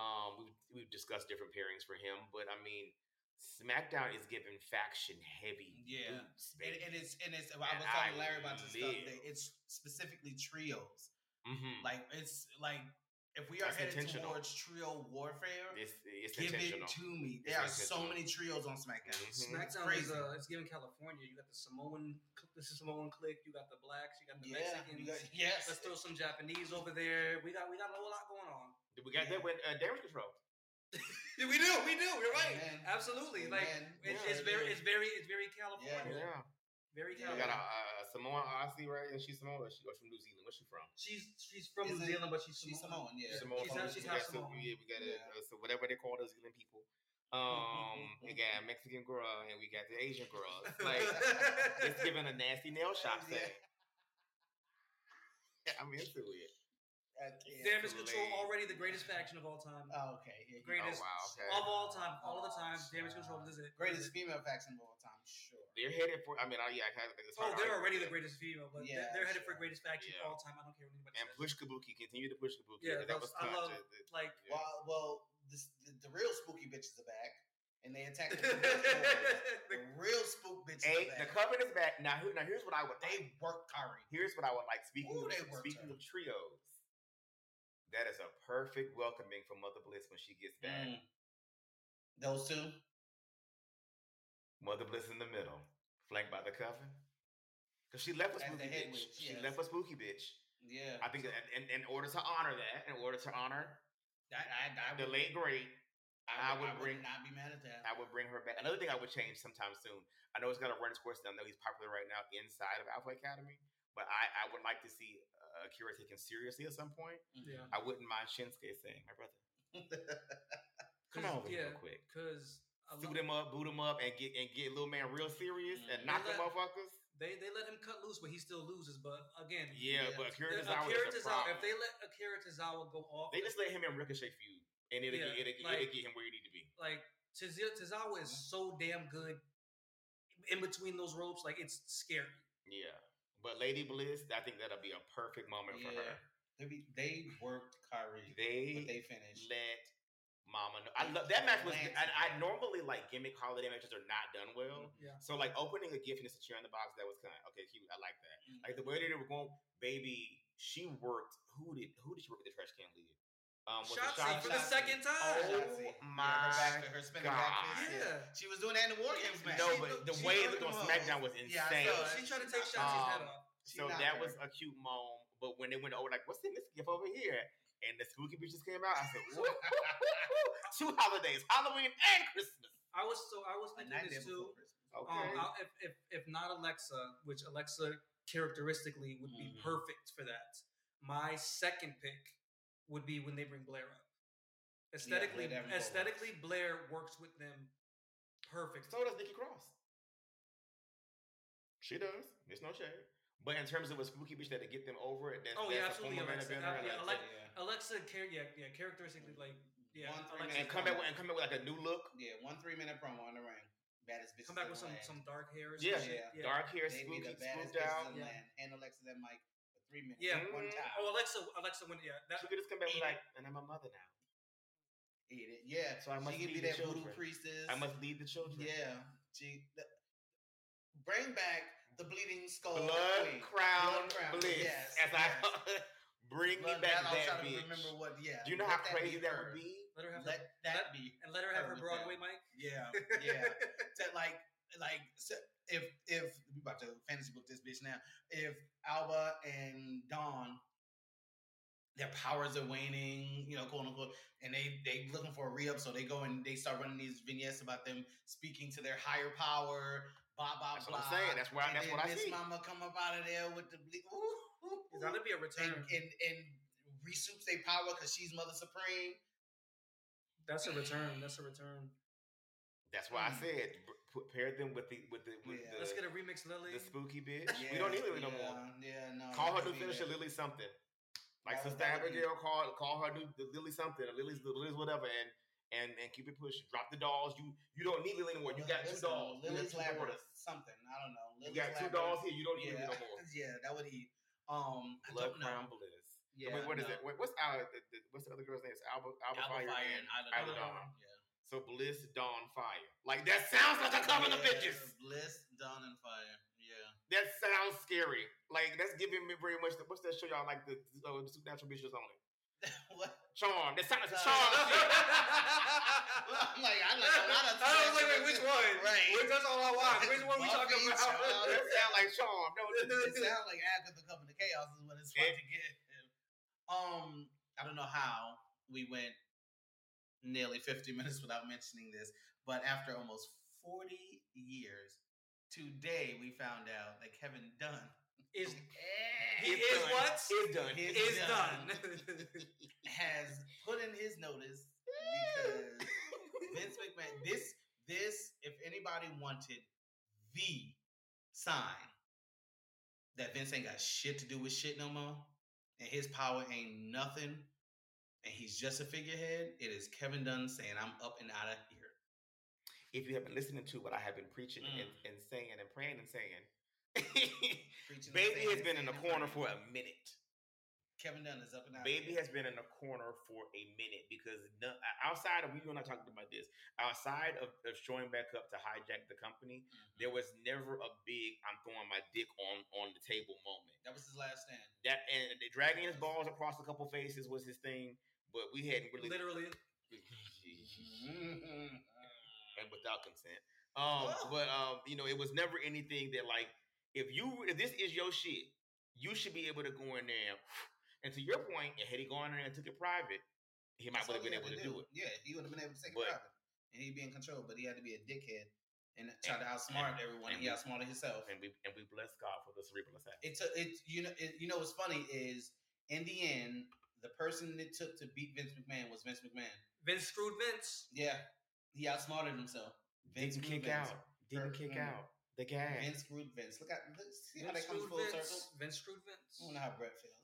A: um, we've we've discussed different pairings for him, but I mean, SmackDown is giving faction heavy
C: Yeah.
A: boots,
C: And,
A: baby.
C: and it's and it's. I was
A: And I
C: talking to Larry about this stuff.
A: live.
C: That it's specifically trios.
A: Mhm.
C: Like it's like if we are
A: That's
C: headed
A: intentional.
C: towards trio warfare,
A: It's it's
C: give
A: intentional.
C: it to me.
A: It's
C: There are so
A: intentional.
C: many trios on SmackDown.
A: Mhm.
D: SmackDown
C: Crazy.
D: is uh, it's giving California. You got the Samoan, the Samoan clique. You got the blacks. You got the
C: yeah,
D: Mexicans.
C: you got, *laughs* yes.
D: Let's throw some Japanese over there. We got we got a whole lot going on.
A: We got that with uh, damage control.
D: we do, we do. You're right.
C: Amen.
D: Absolutely. Like
C: Amen.
D: it's,
A: Yeah,
D: it's
A: it
D: very
C: is.
D: it's very it's very California.
A: Yeah.
D: Very
C: Yeah.
A: We got
D: California.
A: a uh, Samoa Aussie, right? And she's Samoa. or She or from New Zealand. Where's she from?
D: She's she's from
C: Isn't-
D: New Zealand, but she's
C: She's
D: Samoan.
C: Samoan, yeah.
A: Samoa.
D: She's half- she's
A: we
D: half
A: got, so,
D: Samoan.
A: yeah, we got a,
C: Yeah.
A: uh, so whatever they call those Zealand people.
D: *laughs*
A: Um, we got a Mexican girl and we got the Asian girl. It's like it's giving a nasty nail shop thing. Yeah, *laughs* I'm into it.
D: Damage Control
A: Kool-Aid.
D: already the greatest faction of all time.
C: Oh, okay. Yeah, you-
A: Oh
D: Greatest
A: wow, okay.
D: of all time, all of the time. Damage Control is it.
C: Greatest female faction of all time, sure.
A: They're headed for. I mean, I, yeah, I kind of think it's
D: Oh,
A: hard to
D: they're already
A: argue
D: the
A: with
D: greatest female, but
C: Yeah,
D: they're, they're headed for
C: sure.
D: greatest faction
A: Yeah.
D: of all time. I don't care what
A: it.
D: anybody
A: And
D: says.
A: push Kabuki, continue to push Kabuki.
D: Yeah,
A: 'cause
D: that
A: that
D: was-
A: was
D: I
A: tough.
D: love,
A: It- it- *laughs*
D: like, *laughs*
A: yeah.
C: Well, well, this, the, the real spooky bitches are back, and they
D: *laughs*
C: attack the, the
D: The-
C: real spook bitches.
A: Hey,
C: are
A: the
C: back.
A: coven is back now. Who, now here's what I would. Like.
C: they work Kari.
A: Here's what I would like. Speaking
C: Ooh,
A: of,
C: they worked
A: speaking of
C: her.
A: trios, that is a perfect welcoming for Mother Bliss when she gets back.
C: Mm. Those two.
A: Mother Bliss in the middle, flanked by the coven. Cause she left us
C: As
A: spooky
C: the head
A: bitch.
C: witch,
A: She
C: yes.
A: left us spooky bitch.
C: Yeah.
A: I think, that- in, in, in order to honor that, in order to honor
C: That I, I
A: the
C: would,
A: late great, I would bring-
C: not be mad at that.
A: I would bring her back. Another thing I would change sometime soon. I know it's gonna run its course, and I know he's popular right now inside of Alpha Academy. But I, I would like to see uh, Akira taken seriously at some point.
D: yeah,
A: I wouldn't mind Shinsuke saying, "My brother, come
D: 'Cause-
A: on over here real
D: yeah,
A: quick,
D: because
A: suit him up, boot him up, and get and get little man real serious and knock the
D: Let-
A: motherfuckers."
D: they they let him cut loose, but he still loses. But again,
A: Yeah,
C: Yeah.
A: but Akira
D: the-
A: Tozawa
D: Akira
A: is a
D: Tozawa-
A: problem.
D: if they let Akira Tozawa go off,
A: They just let him and Ricochet feud, and it'll,
D: Yeah,
A: get, it'll,
D: like-
A: it'll get him where you need to be.
D: like Tozawa Tozawa is so damn good in between those ropes, like it's scary.
A: Yeah. But Lady Bliss, I think that'll be a perfect moment for her.
C: Yeah. They, be, they worked Kyrie,
A: They,
C: but they finished.
A: let Mama know. I love that match was.
C: Lance.
A: And I normally like gimmick holiday matches are not done well.
D: Yeah,
A: So like opening a gift and it's a cheer on the box. That was kind of okay. Cute. I like that.
C: Mhm.
A: Like the way that they were going, baby. She worked. Who did? Who did she work with the trash can lid? Um, was it
D: Shotzi
A: Shotzi?
D: for the
C: Shotzi.
D: second time.
A: Oh
C: Shotzi.
A: my
C: her back, her spinning
A: God.
C: back fist,
D: yeah.
C: She was doing that in the War Games match.
A: No,
D: She
A: but
D: looked-
A: the
D: she
A: way it
D: looked
A: looked on
C: well.
A: SmackDown was insane.
C: Yeah, I
D: So
C: saw it.
D: she tried to take Shotzi's
A: Um,
D: head off.
C: She
A: So
C: knocked
A: that
C: her.
A: was a cute mom. But when they went over, like, what's in this gift over here? And the spooky bitches came out. I said, woo, woo, woo, woo. two holidays, Halloween and Christmas.
D: I was so I was
C: A
D: thinking
C: night there
D: this too.
C: before Christmas.
A: Okay.
D: Um, I- if, if if not Alexa, which Alexa characteristically would be
A: Mm-hmm.
C: Mhm.
D: perfect for that. My second pick would be when they bring Blair up. Aesthetically,
C: Blair Davenport
D: aesthetically, Blair works with them perfect.
A: so does Nikki Cross. She does. There's no shade. But in terms of a spooky bitch that'll get them over it, that's,
D: Oh, yeah,
A: that's
D: absolutely,
A: a form of
D: Alexa.
A: event or
D: Yeah,
A: like-
D: Alexa.
C: yeah.
D: Alexa, char- yeah, yeah, characteristically like yeah,
C: One, three
D: Alexa-
A: And come back with, and come back with like a new look.
C: Yeah, one three minute promo on the ring. Baddest bitch.
D: come back with some some dark hair. or some
A: Yeah.
D: shit,
C: Yeah.
D: yeah.
A: Dark hair,
C: They
A: spooky,
C: be the baddest
A: spooked
C: bitches
A: out.
C: in the
D: Yeah.
C: land. And Alexa and Mike for three minutes.
D: Yeah.
C: One
A: Mhm.
C: time.
D: Oh, Alexa, Alexa, when yeah, that
A: She could just come back and be like, and I'm a mother now.
C: Eat it. Yeah.
A: So I must feed
C: she can be
A: the
C: that voodoo
A: children.
C: priestess.
A: I must lead the children.
C: Yeah. She the- bring back the bleeding skull.
A: Blood
C: queen.
A: Crown
C: Blood Crown,
A: Bliss.
C: yes,
A: as I *laughs* bring
C: Blood-
A: me back
C: now I'm
A: that
C: trying
A: bitch.
C: to remember what. Yeah.
A: Do you know
C: let
A: how crazy
C: be
A: that
C: her.
A: would be?
D: let her have
C: Let
D: her,
C: that be.
D: and let her have
C: her
D: her
C: with
D: Broadway mic.
A: *laughs*
C: Yeah. Yeah. to like like so if if we about to fantasy book this bitch now. If Alba and Dawn their powers are waning, you know, quote unquote, and they they looking for a re up, so they go and they start running these vignettes about them speaking to their higher power, blah blah
A: That's
C: blah.
A: what I'm saying. That's where I,
C: and
A: that's
C: then
A: what I
C: Miss
A: see.
C: Mama come up out of there with the ble- ooh, ooh,
D: It's
C: ooh.
D: gonna be a
C: and
D: return.
C: and and resoups their power because she's Mother Supreme.
D: That's a return. That's a return.
A: That's why I
C: Mm.
A: said b- put- pair them with the with the with
C: Yeah.
A: the,
D: Let's get a remix, Lily.
A: the
C: *laughs*
D: *laughs*
A: spooky bitch. we don't need Lily no more.
C: Yeah, no.
A: Call her
C: that'd
A: new
C: be
A: finisher
C: it.
A: Lily something. Like
C: That would-
A: Sister
C: that would be-
A: Abigail, call call her new the Lily something, or Lily's Lily's whatever, and and and keep it pushing. Drop the dolls. You you don't need Lily anymore. You got two
C: Uh, Listen,
A: dolls. You got
C: Lily's
A: two
C: Labyrinth,
A: daughters.
C: something. I don't know.
A: You
C: Lily's
A: got two
C: Labyrinth.
A: dolls here. You don't need
C: Yeah,
A: Lily no more.
C: yeah, that would eat. Um, *laughs* I
A: Blood
C: don't know.
A: Crown Bliss.
C: Yeah,
A: Wait, what is
C: no.
A: it? Wait, what's Al, the, the, what's the other girl's name? It's Alba, Alba,
C: Alba
A: Fire,
C: Fire
A: and
C: and
A: Isla
C: Isla
A: Dawn.
D: Dawn.
C: Yeah.
A: So Bliss Dawn Fire. Like that sounds like a coven of
C: Yeah,
A: bitches.
C: Bliss, Dawn, and Fire. Yeah. *laughs*
A: That sounds scary. Like that's giving me very much. The, what's that show y'all like? The uh, the supernatural bitches on it.
C: what? *laughs*
A: Charm. That sounds like
C: Uh,
A: charm. *laughs* shit.
C: I'm like, I like a
A: *laughs*
C: lot of.
D: I was like, wait, which one?
C: *laughs* Right.
D: Which- that's all I watch. Which one we
C: Buffy,
D: talking about?
C: Charmed.
A: that sounds like charm. No,
C: it
A: *laughs*
C: sounds like Agatha Coven of Chaos is what it's about to get. Um, I don't know how we went nearly 50 *laughs* minutes without mentioning this, but after almost 40 years, today we found out that Kevin Dunn
D: *laughs* Is
C: *laughs*
D: he
A: It's
D: is
A: done.
D: what
A: It's done.
C: It's
D: is
C: done.
D: *laughs* done.
C: has put in his notice because Vince McMahon. This this if anybody wanted the sign that Vince ain't got shit to do with shit no more, and his power ain't nothing, and he's just a figurehead. It is Kevin Dunn saying, "I'm up and out of here."
A: If you have been listening to what I have been preaching
C: Mm.
A: and, and saying and praying and *laughs* saying,
C: Preaching and
A: Baby
C: saying
A: has
C: it,
A: been in
C: saying
A: a
C: it,
A: corner
C: saying
A: for
C: it.
A: a minute.
C: Kevin Dunn is up and out. of
A: Baby
C: here.
A: has been in a corner for a minute because no- outside of we were not talking about this. Outside of, of showing back up to hijack the company, there was never a big "I'm throwing my dick on on the table" moment.
C: That was his last stand.
A: That and the dragging his balls across a couple faces was his thing, but we hadn't really *laughs*
D: Literally,
A: Mm-hmm. and without consent. Um, but um, you know, it was never anything that like if you if this is your shit, you should be able to go in there. *sighs* And, and to your point, had he gone in there and took it private, he might would have
C: That's all he
A: been
C: had
A: able to do it.
C: Yeah, he would have been able to take
A: But-
C: it private, and he'd be in control. But he had to be a dickhead and try to outsmart everyone.
A: and
C: he
A: we-
C: outsmarted himself.
A: And we and we bless God for the cerebral attack.
C: It took it. You know. It, you know what's funny is in the end, the person it took to beat Vince McMahon was Vince McMahon.
D: Vince screwed Vince.
C: Yeah, he outsmarted himself. Vince
A: Didn't kick
C: Mm-hmm. screwed Vince.
A: out. Didn't
C: Perfect
A: kick
C: woman.
A: out the gag.
C: Vince screwed Vince. Look at look, see how that
D: Vince
C: comes
D: screwed
C: full circle.
D: Vince. Vince screwed
C: I don't
D: Vince.
C: know how Brett feels.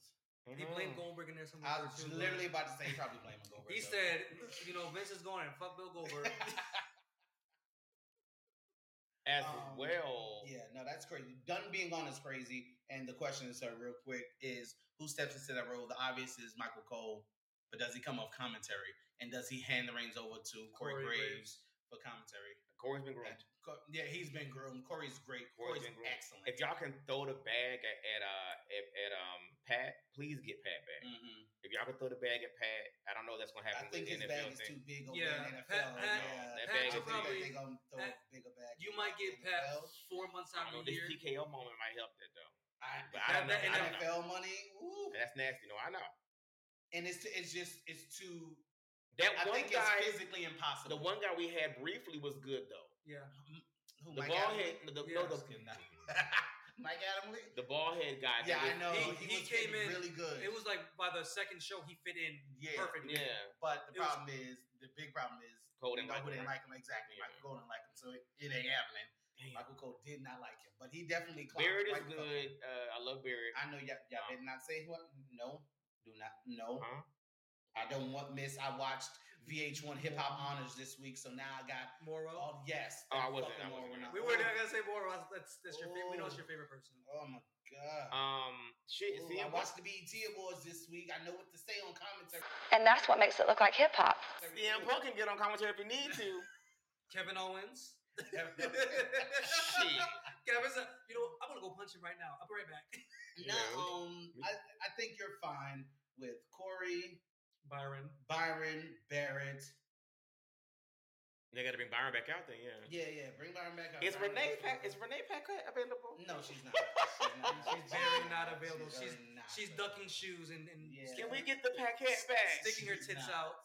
D: He blamed
A: Mhm.
D: Goldberg in there somewhere.
C: Mm. I was
D: too.
C: literally about to say probably blame him over.
D: He said, you know, Vince is going and fuck Bill
C: *laughs*
D: Goldberg. *laughs*
A: as
C: Um,
A: well.
C: Yeah, no, that's crazy. Dunn being on is crazy. And the question is, sir, real quick, is who steps into that role? The obvious is Michael Cole, but does he come off commentary? And does he hand the reins over to Corey,
D: Corey
C: Graves, for commentary?
A: Corey's been groomed.
C: Co- Yeah, he's been groomed. Corey's great.
A: Corey's
C: Corey's,
A: been groomed.
C: excellent.
A: If y'all can throw the bag at, at uh at, at um Pat, please get Pat back.
C: Mhm.
D: Mm-hmm.
A: If y'all can throw the bag at Pat, I don't know if that's gonna
C: I
A: happen
C: think
A: with
C: his
A: the
C: bag
A: NFL
C: is
A: thing.
C: too big over
D: Yeah,
C: in NFL.
D: Pat- Pat-
A: That
C: yeah, I
A: bag is
C: think- I
A: big.
C: think I'm throw
D: Pat-
C: a bigger bag.
D: you
C: in
D: might get
C: NFL.
D: Pat four months
A: I
D: out
A: don't know.
D: of the
A: This
D: year.
A: TKO moment might help that though.
C: I,
A: But I don't know.
D: that-
A: I don't know.
C: NFL money, woo.
A: That's nasty. No, I know.
C: and it's it's just it's too.
A: That
C: I
A: one
C: think
A: guy,
C: it's physically impossible.
A: the one guy we had briefly was good though.
D: Yeah,
C: who
A: The
C: Mike
A: ball
C: Adams?
A: head, the, the,
D: Yeah.
A: no, the,
C: *laughs* Mike Adam Lee.
A: the ball head guy. that
C: Yeah, I
A: was-
C: know.
D: he-
C: He,
D: he
C: was
D: came
C: hitting
D: in-
C: really good.
D: it was like by the second show he fit in
C: yeah,
D: perfectly.
A: Yeah,
C: but the
D: it was-
C: problem is the big problem is
A: Cole
C: you
A: didn't
C: know
A: like
C: who
A: him.
C: didn't like him exactly.
A: Yeah.
C: Michael Cole didn't like him, so it, it ain't happening.
A: Damn.
C: Michael Cole did not like him, but he definitely. clocked
A: Barrett is
C: Michael Cole.
A: good. Uh, I love Barrett.
C: I know y'all, y'all
A: No.
C: did not say what. No, do not. No,
A: Huh?
C: I don't want miss. I watched VH1 Hip Hop Honors this week, so now I got.
D: Moro.
C: Oh yes.
A: Oh, I
C: that
A: wasn't-
C: fucking
A: I wasn't
C: Laura
A: gonna-
C: Nau-
D: We were not gonna say Moro. That's that's your favorite. We know it's your
C: Oh.
D: favorite person.
C: Oh my god.
A: Um, shit.
C: Ooh,
A: see,
C: I
A: I'm-
C: watched the BET Awards this week. I know what to say on commentary.
A: *laughs*
E: And that's what makes it look like hip hop.
A: CM Punk
C: *laughs*
A: can get on commentary if he need to.
D: Kevin Owens. *laughs*
A: Shit.
D: Kevin's. A, you know, I'm gonna go punch him right now. I'll be right back.
A: *laughs*
D: *laughs*
A: You
C: No,
A: know.
C: um, I, I think you're fine with Corey,
D: Byron.
C: Byron, Barrett.
A: They got to bring Byron back out there. Yeah.
C: Yeah, yeah, bring Byron back up.
A: Is
C: Byron
A: Renee
C: back
A: Pac-
C: up.
A: is Renee Paquette available?
C: No, she's not. She's, not.
D: She's very not available. She's-
C: very not
D: She's
C: available.
D: ducking shoes and and
C: Yeah.
A: Can we get the Paquette back?
D: sticking her tits
C: Nah.
D: out.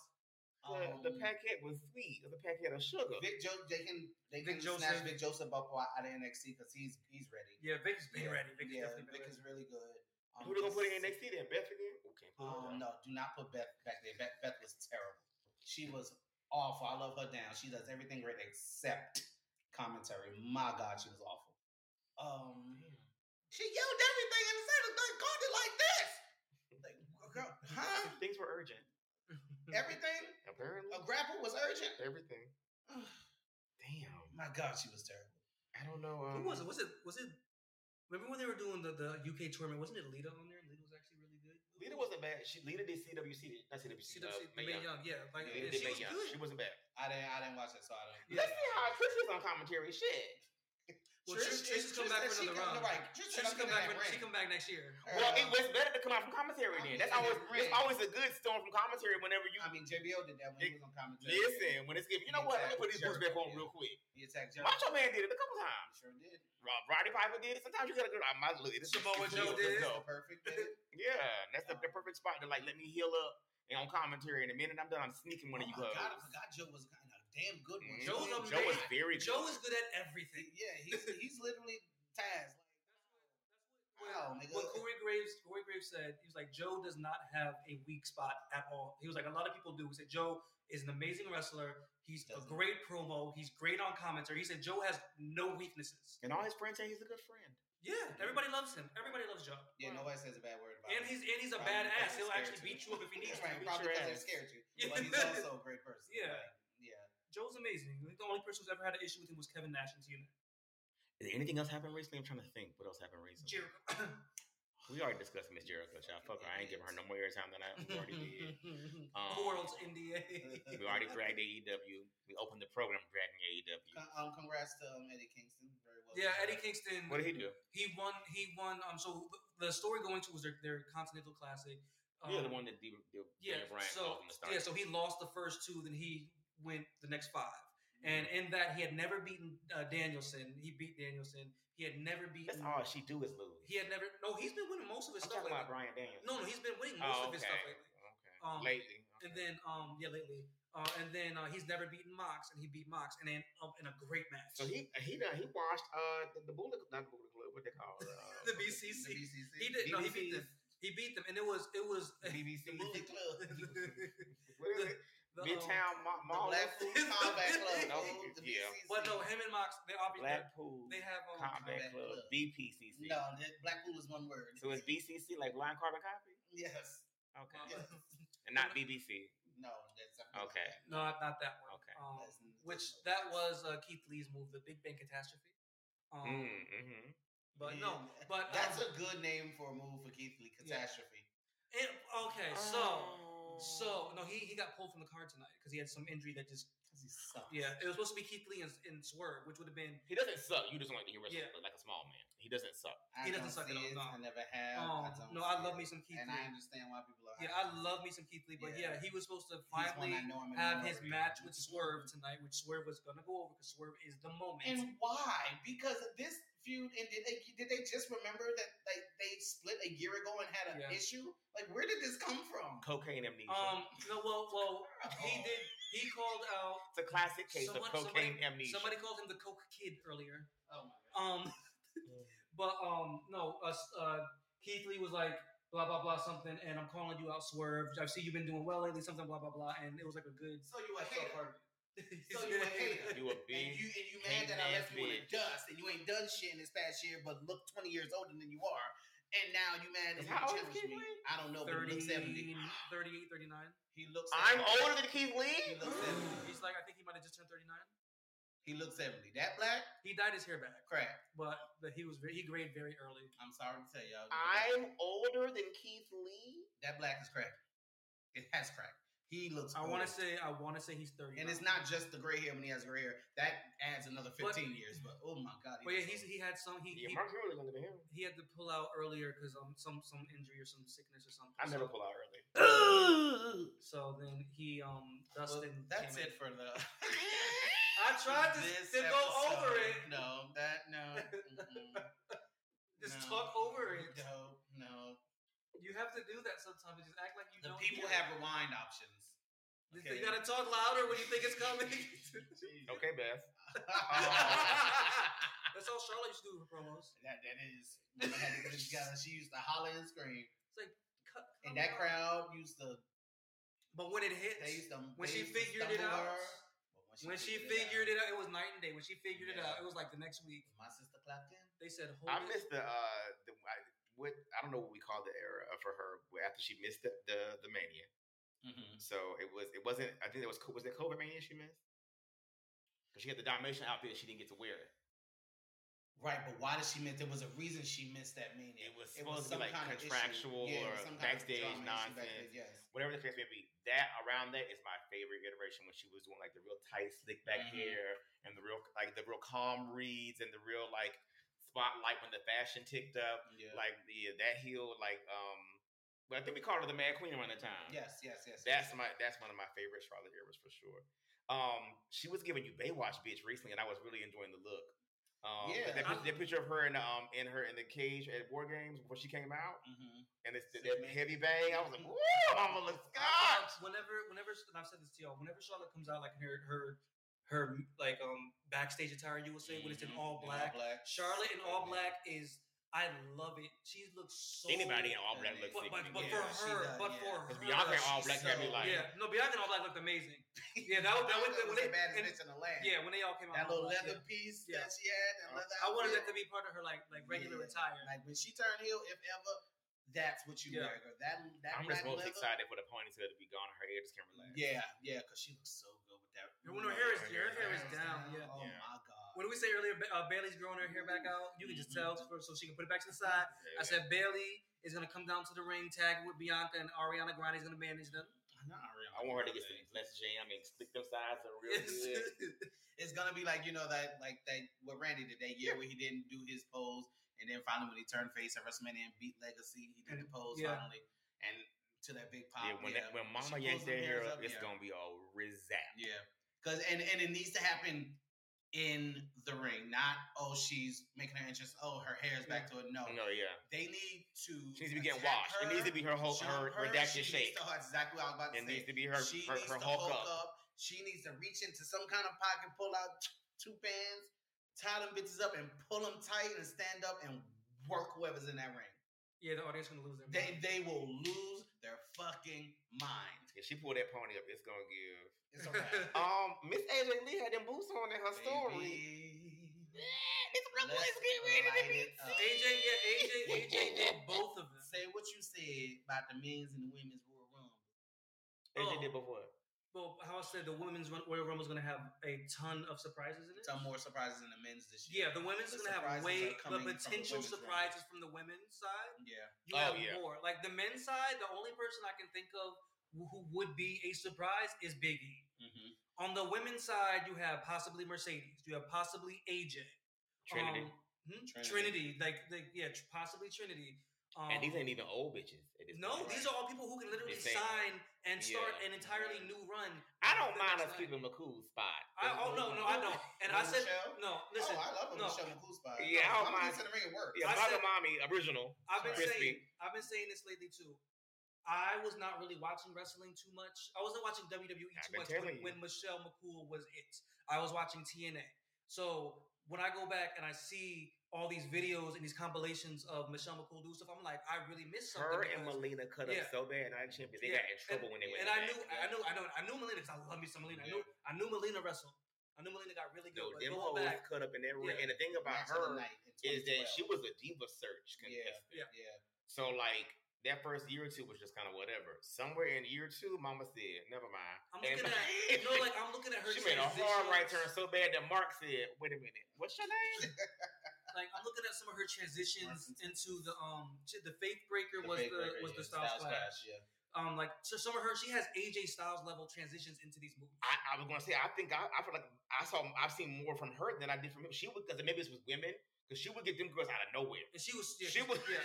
A: The- the
C: Um,
A: Paquette was sweet. It was a Paquette of sugar.
C: Vic jo- they can they
D: Vic
C: can
D: Joseph.
C: snatch Vic Joseph up out of NXT because he's he's ready.
D: Yeah, Vic's been
C: Yeah,
D: ready. Vic's
C: yeah,
D: definitely
C: Vic
D: been
C: is
D: ready.
C: really good. Um,
A: Who they gonna put in
C: just-
A: NXT then? Beth again? Okay.
C: Um, no, do not put Beth back there. Beth, Beth was terrible. She was awful. I love her down. She does everything great except commentary. My God, she was awful. Um, she yelled everything and said it like called it like this. Like, girl, huh?
A: Things were urgent.
D: *laughs*
C: Everything?
A: Apparently.
C: A grapple was urgent. *sighs*
A: Everything. Damn.
C: My God, she was terrible.
A: I don't know. Um,
D: Who was it? Was it? Was it? Remember when they were doing the, the UK tournament? Wasn't it Lita on there? Lita was actually really good.
A: Lita wasn't bad. She Lita did CWC. Not CWC.
D: CWC,
A: uh, Mae
D: Mae
A: Young.
D: Young, yeah, like
A: Lita
D: yeah,
A: did
D: she
A: Mae
D: was
A: Young.
D: good.
A: She wasn't bad.
C: I didn't. I didn't watch that, so I don't.
D: Yeah.
A: Let's see how Trish is on commentary. Shit.
D: Well, Trish, Trish, has come back
C: said she
D: for another
C: come-
D: round.
C: Right, Trish
D: Trish
C: said I'm
D: has come
C: in
D: back.
C: that
D: For, she
C: ring.
D: come back next year.
A: Well, it
C: Uh,
A: was better to come out from commentary then. That's always it's always a good storm from commentary whenever you
C: I mean, JBL did that when he was on commentary.
A: listen. When it's given, you know what? Let me put these boots back on real quick.
C: He attacked Jericho.
A: Macho Man did it a couple times.
C: He sure did.
A: Rob Roddy Piper did it. Sometimes you gotta go. I might look. This is
D: Samoa
A: this
D: Joe
A: is-
D: did it.
A: no.
C: Perfect. did
D: *laughs*
C: it.
A: Yeah, that's the, the perfect spot to like let me heal up and on commentary. And the minute I'm done, I'm sneaking one of
C: oh
A: you hugs.
C: my God, I forgot Joe was kind of a damn good one.
A: Mhm.
D: Joe's
A: Joe was
D: amazing.
A: very good.
D: Mm-hmm. Joe is good at everything.
C: yeah, he's he's literally Taz. Like,
D: When,
C: wow, nigga.
D: when Corey Graves, Corey Graves said, he was like, Joe does not have a weak spot at all. He was like, a lot of people do. He said, Joe is an amazing wrestler. He's a
C: Doesn't.
D: great promo. He's great on commentary. He said, Joe has no weaknesses.
A: And all his friends say he's a good friend.
D: Yeah, everybody loves him. Everybody loves Joe.
C: Yeah, nobody says a bad word about
D: And
C: him.
D: he's and he's a
C: Probably because
D: badass.
C: he's
D: He'll
C: scared
D: actually
C: to.
D: beat you up if he needs
C: *laughs*
D: to.
C: right,
A: Beat
C: probably
A: your
C: because they
A: ass.
C: scared
D: *laughs*
C: you.
D: Yeah.
C: But he's also a great person.
D: Yeah.
C: Like, yeah.
D: Joe's amazing. The only person who's ever had an issue with him was Kevin Nash in TNA.
A: Did anything else happen recently? I'm trying to think. What else happened recently?
D: *laughs* Jericho.
A: We already discussed Miss Jericho. Y'all fuck her. I ain't giving her no more airtime
D: *laughs*
A: than I already did. *laughs* Um,
D: World's
A: *laughs*
D: NDA. *laughs*
A: We already dragged AEW. We opened the program dragging E AEW.
C: Con- *laughs* um, congrats to um, Eddie Kingston. Very well.
D: yeah,
C: done.
D: Eddie Kingston.
A: What did he do?
D: He won. He won. Um. So the story going to was their, their Continental Classic. Um,
A: yeah, the one that D- D-
D: Yeah.
A: Daniel Bryan
D: So
A: called from the start.
D: yeah. So he lost the first two. Then he went the next five.
A: Mm-hmm.
D: And in that, he had never beaten uh, Danielson. He beat Danielson. He had never beaten.
A: That's all she do is lose.
D: He had never. No, he's been winning most of his
A: I'm
D: stuff.
A: talking about
D: lately.
A: Brian Daniels.
D: No, no, he's been winning most
A: oh,
D: of his
A: okay.
D: stuff lately.
A: Okay.
D: Um,
A: Lately.
D: And
A: okay.
D: then, um, yeah, lately. Uh, and then uh, he's never beaten Mox, and he beat Mox, and then um, in a great match.
A: So he he done, he watched uh the, the Bullet not the Bullet Club what they call
D: *laughs*
A: it, uh,
D: the
C: The
D: BCC.
C: BCC.
D: He did. No, he beat
A: BBC.
D: them. He beat them, and it was it was
C: The
D: *laughs*
C: BBC.
D: the Bullet
C: Club.
D: the,
A: what is it
D: the, um,
A: Midtown Ma-
C: The
A: Mall
C: Black Food Combat
D: *laughs*
C: Club.
A: No,
C: dude. The
A: yeah.
C: BCC.
D: But no, him and Mox, they obviously
A: Blackpool
D: they have um,
A: Combat
C: Combat
A: Club
C: Club.
A: BPCC.
C: No, that- Blackpool is one word.
A: So it's BCC like blind carbon copy?
C: *laughs* Yes.
A: Okay,
D: *laughs* Um,
C: yes.
A: and not BBC.
C: No, that's not
A: Okay.
D: no, not not that one.
A: Okay.
D: Um,
C: That's-
D: which that was uh, Keith Lee's move, the Big Bang Catastrophe. Um,
A: Mm, hmm
D: But no,
C: Yeah.
D: but
C: that's
D: um,
C: a good name for a move for Keith Lee. Catastrophe.
D: it, okay. So so no, he he got pulled from the card tonight because he had some injury that just
C: 'Cause he sucks.
D: yeah. It was supposed to be Keith Lee and, and Swerve, which would have been
A: he doesn't suck. You just want to hear wrestling
D: Yeah.
A: like a small man. He doesn't suck.
C: I
D: He
C: don't
D: doesn't suck at
C: see
D: all, no.
C: I never have.
D: um,
C: I don't
D: no. I
C: see
D: love
C: it.
D: me some Keith
C: And
D: Lee.
C: I understand why people are.
D: Yeah,
C: hyped.
D: I love me some Keith Lee, but yeah,
C: Yeah.
D: he was supposed to
C: He's one
D: finally
C: I know him in
D: have
C: the
D: his
C: memory.
D: match with Swerve tonight, which Swerve was gonna go over because Swerve is the moment.
C: And why? Because of this feud and did they did they just remember that like they split a year ago and had an
D: Yeah.
C: issue? Like where did this come from?
A: Cocaine amnesia.
D: um, no, well, well,
C: Oh.
D: he did. He called out.
A: it's a classic case
D: someone-
A: of cocaine amnesia.
D: Somebody called him the Coke Kid earlier.
C: Oh my god.
D: Um, *laughs* but um, no, us. Uh, Keith Lee was like blah blah blah something, and I'm calling you out, Swerve. I see you've been doing well lately, something blah blah blah, and it was like a good. *laughs*
C: So you a hater. So you a hater.
D: yeah, *laughs*
A: you a
C: And
A: big
C: you and you mad that
A: hating
C: I left you in the
A: ass bitch.
C: dust and you ain't done shit in this past year, but look twenty years older than you are, and now you mad
A: Is
C: that
A: how
C: you
A: old is
C: challenged
A: Keith
C: me.
A: Lee?
C: I don't know, but he
D: 30,
C: looks seventy.
D: 38, 39.
C: He looks.
A: I'm
C: 70.
A: older than Keith Lee.
C: He looks seventy.
D: He's like, I think he might have just turned 39.
C: He looks seventy. That black
D: He dyed his hair back,
C: crap.
D: but but he was very, he grayed very early.
C: I'm sorry to tell y'all.
A: I'm older than Keith Lee.
C: that black is crack. It has crack. He looks.
D: I
C: old.
D: want to say I want to say he's thirty,
C: And it's not just the gray hair when he has gray hair. That adds another 15
D: But-
C: years. But oh my god.
D: But yeah,
C: looks
D: he's
C: old. *clears throat*
D: he had some he
A: Yeah,
D: he,
A: Mark Henry's younger than him.
D: he had to pull out earlier because um some some injury or some sickness or something.
A: I never
D: so,
A: pull out early.
D: so then he um
C: Well,
D: Dustin.
C: that's
D: came
C: it
D: in.
C: for the.
D: *laughs* I tried to,
C: this
D: to go
C: episode.
D: over it,
C: No, that
D: *laughs*
C: no. mm-mm, no,
D: just talk over it.
C: No, no.
D: You have to do that sometimes. Just act like you
C: The
D: don't.
C: people
D: hear.
C: have rewind options.
D: You
C: okay.
D: gotta talk louder when you think it's
C: *laughs*
D: coming. *laughs*
C: Jeez.
A: Okay, Beth.
C: that,
D: that's all Charlotte used to do for promos.
C: that is. When I had to get
D: *laughs*
C: it together, she used to holler and scream,
D: It's like cut.
C: and
D: come
C: that
D: on.
C: crowd used to.
D: But when it hits,
C: They used to.
D: when
C: they
D: she
C: used to
D: figured it
C: stumble
D: out,
C: her. But
D: when she figured it out, it was night and day. When she figured it
C: Yeah.
D: out, it was like the next week.
C: my sister clocked in.
D: They said, "Hold
A: I
D: it."
A: missed the uh the I, what I don't know what we call the era for her where after she missed the the, the mania.
C: Mm-hmm.
A: So it was it wasn't I think it was Co- was it COVID mania she missed because she had the Dalmatian outfit she didn't get to wear it.
C: Right, but why did she miss? There was a reason she missed that meeting.
A: It was supposed to be, like, contractual
C: it was
A: or
C: some kind of
A: backstage
C: drama issue
A: nonsense.
C: backstage, yes.
A: Whatever the case may be, that around that is my favorite iteration when she was doing like the real tight slick back
C: Mhm.
A: hair and the real like the real calm reads and the real like spotlight when the fashion ticked up.
C: Yeah.
A: like yeah, that heel, like um, but I think we called her the Mad Queen around the time.
C: yes, yes, yes.
A: that's my that's one of my favorite Charlotte eras for sure. Um, she was giving you Baywatch bitch recently, and I was really enjoying the look. Um,
C: Yeah.
A: yeah, that, pic- that picture of her in the, um in her in the cage at War Games before she came out,
C: hmm
A: and it's
C: Sick
A: that
C: man.
A: heavy bang. I was like, "Woo, mama, let's
D: I
A: go!"
D: feel like whenever, whenever, and I've said this to y'all. Whenever Charlotte comes out, like in her, her, her,
C: Mm-hmm.
D: like um, backstage attire, you would say when it's in all black.
C: black.
D: Charlotte in all black is. I love it. She looks so.
A: Anybody in all black looks
D: But, but,
A: sickening.
D: but
A: yeah.
D: for
C: Yeah, she
D: her,
C: does,
D: but
C: yeah.
D: for her,
C: 'Cause
A: Bianca in all
C: she's
A: black can't be
C: so-
A: like.
D: yeah, no, Bianca and all black looked amazing. Yeah, that
C: *laughs*
D: was that was, when
C: the
D: they,
C: baddest
D: and-
C: bitch in the land.
D: yeah when they all came out.
C: That
D: all
C: little
D: black,
C: leather
D: yeah.
C: piece
D: Yeah.
C: that she had,
A: Oh.
C: that leather
D: I wanted that
C: outfit.
D: to be part of her like like regular
C: Yeah.
D: attire.
C: Like when she turned heel, if ever, that's what you
D: Yeah.
C: wear. girl. That that
A: I'm
C: black
A: just most
C: leather.
A: excited for the ponytail to be gone. Her hair just can't relax.
C: Yeah, yeah, because she looks so good with that.
D: And when her hair is- her hair is down, yeah.
C: Oh
A: Yeah.
C: my god.
D: When we say earlier, Ba- uh, Bailey's growing her hair back out. You can just
C: Mhm.
D: tell for, so she can put it back to the side. I said Bailey is gonna come down to the ring, tag with Bianca, and Ariana Grande is gonna manage them.
C: Not Ariana
A: I want her to
C: Grande.
A: get some less jam and stick them sides up real
D: Yes.
C: *laughs*
A: good.
C: It's gonna be like you know that like that what Randy did that year where he didn't do his pose, and then finally when he turned face at WrestleMania and beat Legacy, he did the pose
D: Yeah.
C: finally, and to that big pop.
A: Yeah, when that, when Mama
C: Oh, She
A: yanks
C: pulls them
A: that hair
C: hairs
A: up,
C: up,
A: it's
C: yeah.
A: gonna be all rizap.
C: Yeah, because and and it needs to happen in the ring, not oh she's making her entrance, oh her hair's back to it. No,
A: No, yeah,
C: they need to.
A: Mm-hmm. she needs to be getting
C: attack
A: washed. it needs to be her whole
C: jump
A: her redacted
C: she
A: shape.
C: Needs to, oh, that's exactly what I was about to
A: It
C: say.
A: needs to be her
C: she
A: her,
C: needs
A: her
C: to
A: Hulk,
C: hulk
A: up.
C: She needs to reach into some kind of pocket, pull out two pans, tie them bitches up, and pull them tight, and stand up and work whoever's in that ring.
D: yeah, the audience gonna lose their
C: They
D: mind.
C: they will lose their fucking mind.
A: If she pull that pony up, it's gonna give.
C: It's a
D: *laughs*
C: wrap.
A: Um, Miss AJ Lee had them boots on in her story.
C: Baby,
A: This
C: Brooklyn is getting ready to be Let's light it
D: AJ, yeah, AJ,
C: *laughs*
D: AJ did both of them.
C: Say what you said about the men's and the women's Royal Rumble.
A: AJ
D: Oh.
A: did before.
D: Well, how I said the women's Ro- Royal Rumble is going to have a ton of surprises in it.
C: Some more surprises in the men's this year.
D: Yeah, the women's
C: The
D: is going to have
C: surprises
D: way,
C: are
D: but
C: coming from the
D: potential
C: women's Rumble.
D: surprises from the women's side.
C: yeah.
D: You
A: Oh,
D: have
A: yeah.
D: more. Like the men's side, the only person I can think of who- who would be a surprise is Biggie.
C: Mm-hmm.
D: On the women's side, you have possibly Mercedes. You have possibly AJ.
A: Trinity.
D: Um, hmm?
C: Trinity.
D: Trinity. Like, like, yeah, tr- possibly Trinity. Um,
A: and these ain't even old bitches. at this
D: No,
A: point,
D: these
A: right?
D: are all people who can literally
A: It's a-
D: sign and start
A: yeah.
D: an entirely new run.
A: I don't
D: the
A: mind
D: next
A: us
D: night.
A: keeping McCool's spot.
D: I, oh no, no, I don't. And I said
C: Michelle?
D: no. Listen,
C: oh, I love when
D: no.
C: Michelle McCool spot.
A: Yeah, I don't
C: I'm
A: mind.
C: in the ring at work.
A: Yeah,
D: I
A: Mother
D: said-
A: Mommy original.
D: I've been
A: Crispy.
D: saying, I've been saying this lately too. I was not really watching wrestling too much. I wasn't watching WWE
A: I've
D: too
A: been
D: much
A: telling you.
D: when, when Michelle McCool was it. I was watching TNA. So when I go back and I see all these videos and these compilations of Michelle McCool do stuff, I'm like, I really miss something.
A: Her and
D: because-
A: Melina cut up
D: yeah.
A: so bad, and I can't believe they
D: Yeah,
A: got in trouble when they went.
D: and
A: back.
D: I knew, I knew, I know, I knew Melina because I love me some Melina. I knew, I knew Melina wrestled. I knew Melina got really
A: No,
D: good.
A: them
D: but
A: hoes
D: going back,
A: cut up in that ring.
D: Yeah.
A: And the thing about
C: Match of
A: her
C: the night
A: is
C: in
A: that she
C: 2012.
A: was a diva search contestant.
D: Yeah.
C: Yeah.
A: So like that first year or two was just kind of whatever. Somewhere in year two, Mama said, "Never mind."
D: I'm
A: And-
D: looking *laughs* at, no,
A: *laughs*
D: like I'm looking at her.
A: she made a hard right turn
D: transitions.
A: so bad that Mark said, "Wait a minute, what's your name?"
C: *laughs*
D: like I'm looking at some of her transitions
C: Martin.
D: into the um to the Faith Breaker
C: The
D: was
C: Faith
D: the
C: Breaker,
D: was
C: yeah,
D: the Styles, Clash.
C: Yeah.
D: Um, like so some of her she has AJ Styles level transitions into these movies.
A: I, I was gonna say, I think I, I feel like I saw, I've seen more from her than I did from him. She would because maybe this was women because she would get them girls out of nowhere.
D: and she was yeah,
A: she was *laughs*
D: yeah.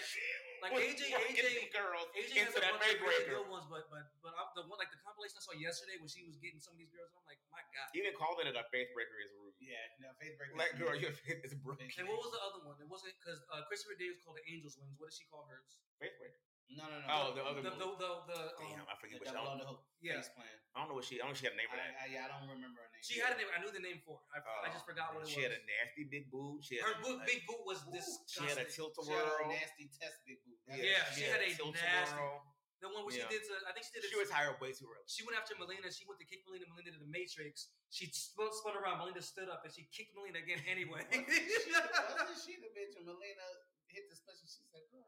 D: Like
A: was
D: AJ
A: working
D: AJ
A: them girls
D: AJ has
A: into
D: a
A: that
D: bunch of really
A: breaker.
D: good ones, but but but I'm the one like the compilation I saw yesterday when she was getting some of these girls, I'm like my god.
A: Even calling it a faith breaker is rude.
C: Yeah. No, Faith Breaker.
A: Like, girl, your faith is broken.
D: And what was the other one? It wasn't because uh, Christopher Davis called the Angels wings. What did she call hers?
A: Faith breaker.
C: No, no, no.
A: Oh, the other
D: The the
A: one.
D: the, the um,
A: Damn, I
C: The
A: forget what she. I
C: double on
A: don't,
C: the hook
D: yeah.
C: face plan.
A: I don't know what she. I don't know if she had a name
C: I,
A: for that.
C: I, yeah, I don't remember her name.
D: She had a name. I knew the name for it. I, I just forgot what it
A: Oh, she
D: was.
A: had a nasty big boob. She had
D: her
A: a,
D: boot,
A: a-
D: big boot was
A: Ooh, She
D: disgusting.
A: had a tilt a
C: She had a
A: whirl.
C: nasty test big boot. That's
D: Yeah,
C: what
D: she *laughs* had a nasty-
A: tilt-a-whirl.
D: The one where
A: Yeah.
D: she did to, I think she did
A: She
D: it.
A: retired way too early.
D: she went after Melina. She went to kick Melina. Melina to the Matrix. She spun, spun around. Melina stood up and she kicked Melina again *laughs* anyway.
C: Wasn't she, wasn't she the bitch when Melina hit the special? She said, "Girl,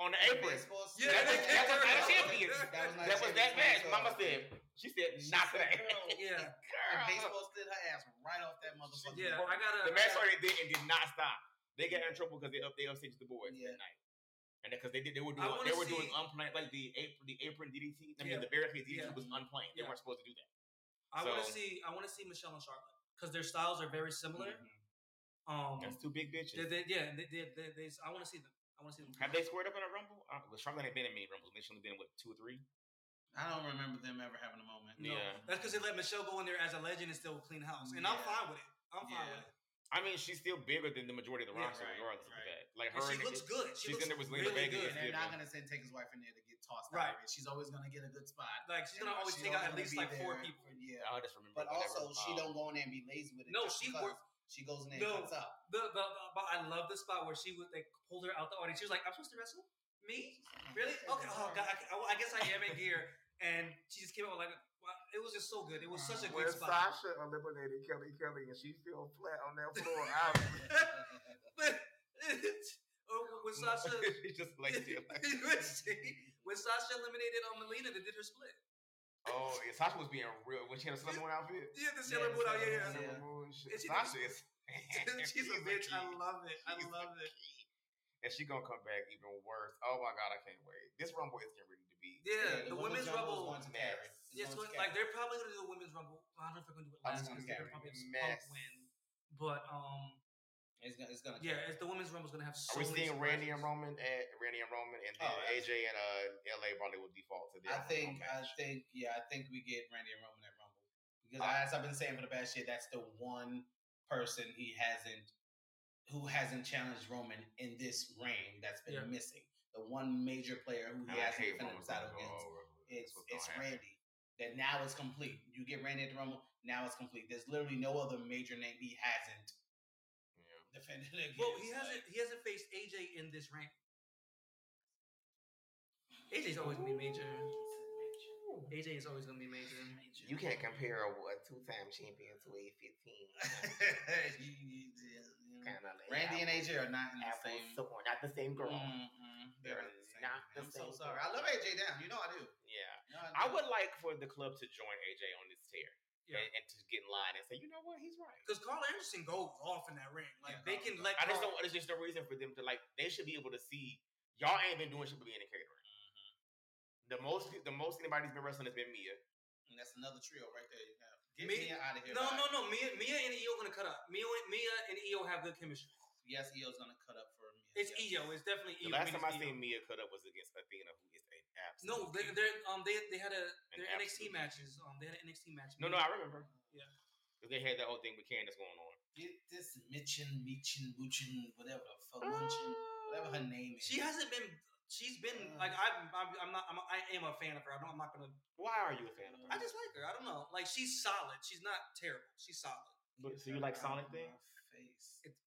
A: On the
C: that
A: apron.
C: bitch supposed to-
D: Yeah,
A: That
D: they
A: was- that
D: kicked
A: was
D: her
A: not
D: out.
A: champions.
C: not
A: That was that
C: champion
A: match.
C: control.
A: Mama said, uh, she said,
C: She
A: not
C: said,
A: today.
C: "Girl."
D: yeah,
C: And
A: Girl.
C: baseball slid her ass right off that motherfucker.
D: yeah. I
A: The
D: gotta.
A: match
D: I
A: started there and did not stop. They got in trouble because they up they upstaged the boys that
C: Yeah.
A: night. And because they did, they were
D: I
A: doing,
D: wanna
A: they were doing
D: see-
A: unplanned, like the apron, the apron DDT. I mean,
D: Yeah.
A: the barricade DDT
D: Yeah.
A: was unplanned. They
D: Yeah.
A: weren't supposed to do that.
D: want
A: so-
D: to see. I want to see Michelle and Charlotte because their styles are very similar. Um,
A: Mm-hmm. That's two big bitches.
D: they, they, yeah, they, they, they, they, I want to see them. I want to see them.
A: Have they squared up in a rumble? Uh, well, Charlotte ain't been in many rumbles. They've only been in, what two or three.
C: I don't remember them ever having a moment.
D: No.
A: Yeah.
D: That's because they let Michelle go in there as a legend and still clean house, and I'm
C: Yeah.
D: fine with it. I'm fine
C: Yeah.
D: with it.
A: I mean, she's still bigger than the majority of the
D: Yeah,
A: roster,
C: right,
A: regardless
C: right.
A: of that. Like
D: And
A: her,
D: she
A: and-
D: looks good. She
A: she's
D: looks
A: in there with Lena
D: really
A: Vega
D: good.
A: and
C: And they're
A: Yeah,
C: not
A: man.
C: gonna send Taker's wife in there to get tossed
D: Right.
C: out. Of it. She's always gonna get a good spot.
D: Like she's
C: And
D: gonna always
C: she's
D: take out
C: always gonna be
D: at least like
C: there
D: four
C: for-
D: people.
C: Yeah.
A: Oh, I just remember.
C: But
A: whenever,
C: also, she
A: um,
C: don't go in there and be lazy with it.
D: No,
C: just
D: she
C: because.
D: worked.
C: She goes in there and
D: No.
C: cuts up.
D: The, the, the- but I love the spot where she would like pulled her out the audience. She was like, "I'm supposed to wrestle me?
C: *laughs*
D: Really? Okay. Oh God, I, I, I guess I am in gear." And she just came out with like, wow, it was just so good. It was such a
F: When
D: good spot.
F: Sasha eliminated Kelly Kelly and she fell flat on that floor, I was
D: *laughs* or Oh, when
A: *laughs*
D: Sasha,
A: she just
D: when *laughs*
A: laid there like.
D: Sasha eliminated um, Melina, that did her split.
A: Oh, yeah, Sasha was being real when she had a Sailor Moon outfit.
D: Yeah, the Sailor
C: Yeah,
D: Moon out.
C: Sailor
D: Yeah,
C: Moon,
D: yeah.
C: yeah.
F: Sailor Moon shit.
D: Is she-
A: Sasha
C: *laughs*
A: is. *laughs*
D: *laughs* She's a bitch. I
A: geek.
D: love it. I
A: She's a
D: love it.
A: geek. And she gonna come back even worse. Oh my god, I can't wait. This Rumble is getting ready to be.
D: Yeah, the women's
C: rumble is
D: rumble.
C: going to carry. It's
D: Yes,
C: going to carry.
D: like they're probably gonna do a women's rumble. I don't know if they're gonna do it
A: I'm
D: last
A: gonna
D: because they're
A: carry
D: probably have
A: mess.
D: Punk win. But um,
C: It's gonna, it's gonna
D: yeah,
C: carry.
D: it's, the women's rumble's gonna have. So
A: Are we
D: many
A: seeing Randy and
D: surprises.
A: Roman and Randy and Roman and then
C: Oh, yeah.
A: AJ and uh LA probably will default to their
C: I think, I
A: match.
C: think, yeah, I think we get Randy and Roman at Rumble because as I've been saying for the past year, that's the one person he hasn't, who hasn't challenged Roman in this reign that's been
D: Yeah.
C: missing. The one major player
A: I
C: who he
A: don't
C: hasn't
A: hate
C: defended
A: Roman's
C: the title
A: gonna go
C: against.
A: over. That's
C: It's
A: what's
C: it's
A: gonna happen.
C: Randy. That now it's complete. You get Randy at the Rumble. Now it's complete. There's literally no other major name he hasn't *laughs*
A: Yeah.
C: defended against.
D: Well, he
C: Like,
D: hasn't. He hasn't faced AJ in this rank. AJ's always gonna be major. AJ is always gonna be major.
A: You can't compare a, a two-time champion to a
C: *laughs*
A: 15.
C: He- he- you know.
A: Kinda like
C: Randy and
A: apples-
C: AJ are not in the
A: apples
C: same. Mm.
A: to orange, not the same girl.
C: Mm-mm. Mm-hmm. They're
A: They're
C: not the
A: not the
C: same. I'm so
A: same
C: sorry.
A: girl.
C: I love AJ down. You know I do.
A: Yeah.
C: You know
A: I
C: do.
A: would like for the club to join AJ on this tier
D: Uh-huh. Yeah.
A: and, and to get in line and say, you know what, he's right.
D: Because Carl Anderson goes off in that ring.
C: Yeah,
D: Like they
C: Karl
D: can
C: goes
D: let.
A: I just
D: Karl-
A: don't. There's just no reason for them to like. They should be able to see y'all ain't been doing shit but being a caterer. The
D: Mm-hmm.
A: most, the most anybody's been wrestling has been Mia.
C: And that's another trio right there. You have. Get
D: Me-
C: Mia out of here.
D: No,
C: bye.
D: no, no. Mia, Mia and Io gonna cut up. Mia, Mia and Io have good chemistry.
C: Yes, Io's gonna cut up for Mia.
D: It's E.
C: yes.
D: Io. It's E definitely
A: The
D: Io.
A: last time I
D: Mia's Io.
A: seen Mia cut up was against Athena, who is an absolute.
D: No, they
A: diva.
D: they um they they had a their
A: An
D: NXT
A: absolute-
D: matches. Um, they had an NXT match.
A: no, no, I remember.
D: Yeah.
A: 'Cause they had that whole thing with Candace going on.
C: Get this Michin, Michin, Buchin, whatever the fuck, Munchin, whatever her name is.
D: She hasn't been. She's been like I'm. I'm, I'm not. I'm, I am a fan of her. I don't, I'm not gonna.
A: Why are you a fan of her?
D: I just like her. I don't know. Like she's solid. She's not terrible. She's solid.
A: But- so you like Sonic
C: Out of
A: thing?
C: my Face.
D: It,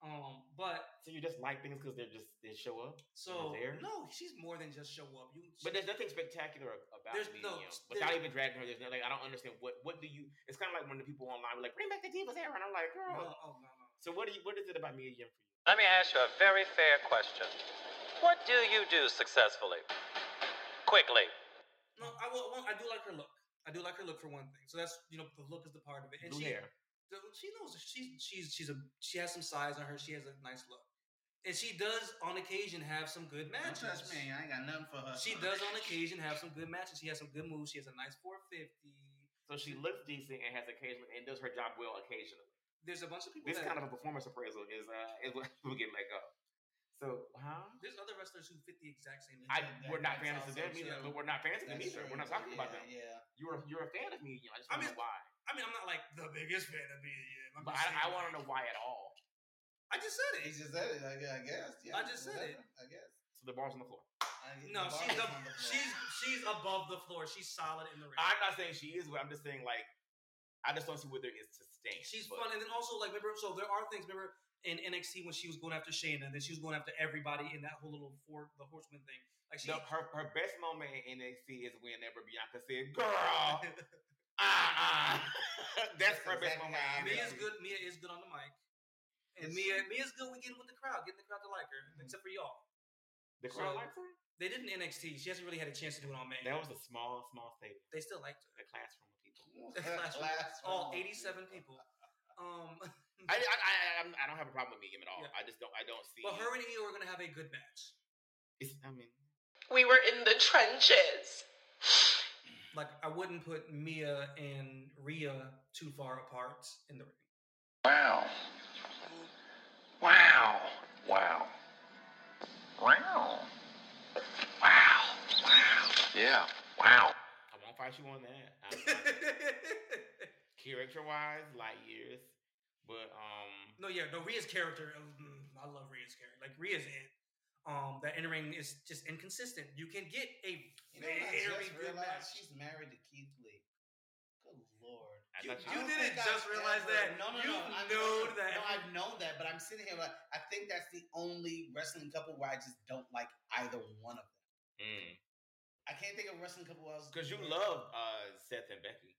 D: um, but
A: So you just like things because they're just they show up.
D: so
A: there?
D: no, she's more than just show up. You.
A: But there's nothing spectacular about
D: There's
A: Mia
D: no-
A: Yim.
D: there-
A: without even dragging her. There's nothing. Like, I don't understand what what do you? It's kind of like when the people online were like, "Bring back the divas era," and I'm like,
D: no,
A: "Girl."
D: oh no no.
A: So what do you? What is it about Mia Yim for you?
G: Let me ask you a very fair question. What do you do successfully? Quickly.
D: No, I will. well, I do like her look. I do like her look for one thing. So that's you know the look is the part of it. And
A: Blue
D: she
A: hair.
D: the- she knows she's she's she's a she has some size on her. She has a nice look, and she does on occasion have some good
C: Don't
D: matches.
C: touch me. I ain't got nothing for her.
D: She does on occasion have some good matches. She has some good moves. She has a nice 450.
A: So she looks decent and has occasionally and does her job well occasionally.
D: There's a bunch of people.
A: This
D: that,
A: kind of a performance appraisal is uh is what *laughs* people get let go. So huh?
D: there's other wrestlers who fit the exact same.
A: I
C: That-
A: we're not
C: that's
A: fans of
C: also
A: them either,
C: true.
A: but we're not fans of them
C: That's
A: either.
C: true.
A: We're not talking about them.
C: Yeah, yeah.
A: You're a, you're a fan of me, you know, I just
D: I
A: don't
D: mean,
A: know why.
D: I mean, I'm not like the biggest fan of me. Yeah, I'm
A: But
D: just
A: I, I
D: saying,
A: want to
D: like,
A: know why at all.
D: I just said
C: He
D: it.
C: just said it. I gu- I guess. Yeah,
D: I just said it.
C: whatever, I guess.
A: So the ball's on the floor.
C: I get
D: No,
C: the
D: she's
C: bars
D: up,
C: on the floor.
D: she's she's above the floor. She's solid in the ring.
A: I'm not saying she is, but I'm just saying like I just don't see where there is sustain.
D: She's
A: but
D: fun, and then also like remember, so there are things. Remember in NXT when she was going after Shayna, and then she was going after everybody in that whole little four the horseman thing. Like she,
A: the-
D: *laughs*
A: her her best moment in NXT is whenever Bianca said, "Girl, ah, ah." *laughs* That's her
C: That's
A: best moment. in
C: exactly how I
D: Mia
A: NXT.
D: is good. Mia is good on the mic, and Mia Mia's good with getting with the crowd, getting the crowd to like her.
A: Mm-hmm.
D: Except for y'all,
A: The crowd
D: So-
A: likes her.
D: they didn't NXT. She hasn't really had a chance to do it on Main.
A: That was a small, small stadium.
D: they still liked her.
A: A classroom of people.
D: Last one.
C: *laughs* Last
D: *laughs* All
C: one.
D: eighty-seven people.
A: *laughs*
D: Um,
A: I, I, I, I'm- I don't have a problem with Megan at all.
D: Yeah.
A: I just don't. I don't see.
D: but her and Io are gonna have a good match.
A: it's, I mean,
H: We were in the trenches.
D: Like I wouldn't put Mia and Rhea too far apart in the ring.
B: Wow. Wow. Wow. Wow. Wow. Wow. Yeah. Wow.
A: I won't fight you on that. I'm,
D: *laughs*
A: I'm
D: no,
A: character-wise, light years, but um,
D: yeah, no. Rhea's character, mm, I love Rhea's character. Like Rhea's in. Um, that in ring is just inconsistent. You can get a
C: You know what I
D: very
C: just
D: good
C: realized?
D: match.
C: She's married to Keith Lee. Good lord.
A: I
D: You-
A: thought
D: you
A: you.
D: did- didn't
C: think I've
D: just realize
C: ever-
D: that.
C: No, no,
D: You
C: no. I've-
D: know that.
C: No, I've known that, but I'm sitting here like I think that's the only wrestling couple where I just don't like either one of them.
A: mm.
C: I can't think of a wrestling couple else
A: Because you love uh, Seth and Becky.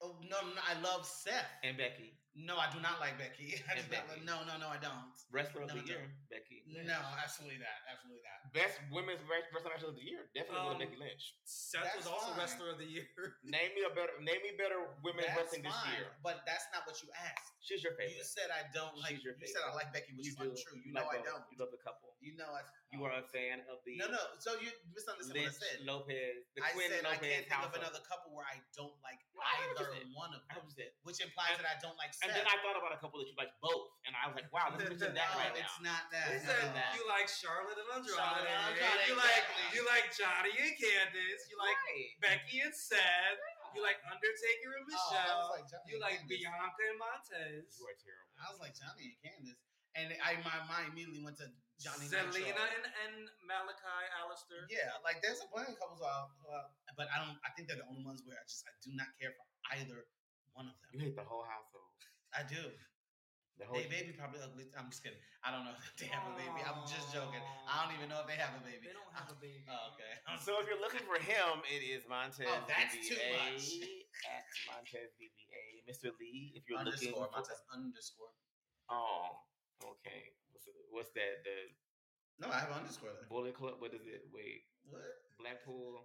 C: Oh, no, no, no, I love Seth.
A: And Becky,
C: no, I do not like Becky. *laughs* I do
A: And
C: not like,
A: Becky.
C: no, no, no, I don't.
A: wrestler of
C: No,
A: the
C: no.
A: year, Becky. Lynch.
C: No, absolutely not. Absolutely not.
A: Best women's wrest- wrestling match of the year, definitely
D: Um,
A: with Becky Lynch.
D: Seth
C: That's
D: was also
C: fine.
D: wrestler of the year.
A: Name me a better, name me better women's
C: That's
A: wrestling this
C: fine,
A: year.
C: But that's not what you asked.
A: She's your favorite.
C: You said I don't
A: She's
C: like.
A: your
C: You said I like Becky, which is
A: do.
C: untrue. You
A: like
C: know I
A: both.
C: don't.
A: You love the couple.
C: You know I.
A: You are a fan of the
C: No, no. So you misunderstood what I
A: Lynch
C: said.
A: Lopez, the
C: I
A: Quinn
C: said I
A: Lopez
C: can't think of
A: household.
C: another couple where I don't like
A: No, I
C: either
A: understand.
C: one of
A: I
C: them,
A: understand.
C: which implies
A: And-
C: that I don't like
A: And
C: Seth.
A: then I thought about a couple that you like both, and I was like, wow, let's
C: *laughs*
A: mention that
C: no,
A: right now.
C: it's not that.
D: *laughs* He
A: It's
C: no.
D: said
A: not that.
D: you like Charlotte and Andrade.
C: Charlotte and Andrade,
D: you like
C: exactly.
D: you like Johnny and Candice. You like
A: Right.
D: Becky and Seth. You like Undertaker and
C: Oh, I
D: Michelle.
C: was like Johnny
D: you
C: and
D: like
C: Candace.
D: Bianca and Montez.
A: You are terrible.
C: I was like Johnny and Candace, and I my mind immediately went to Johnny. Nitro.
D: Zelina and, and Malachi Alistair.
C: Yeah, like there's a plenty of couples, uh, uh, but I don't. I think they're the only ones where I just I do not care for either one of
A: You
C: them.
A: hate the whole household.
C: I do.
A: The whole
C: They baby probably ugly. I'm just kidding. I don't know if they have a baby. I'm just joking. I don't even know if they have a baby.
D: They don't have a baby.
C: Oh, okay. *laughs*
A: So if you're looking for him, it is Montez.
C: Oh, that's too
A: BBA,
C: much.
A: At Montez BBA, Mr. Lee. If you're
C: underscore
A: looking
C: Montez underscore.
A: for, oh, okay. What's, what's that? The
C: No, I have underscore there.
A: Bullet Club? What is it? Wait,
C: What? *laughs*
A: Blackpool,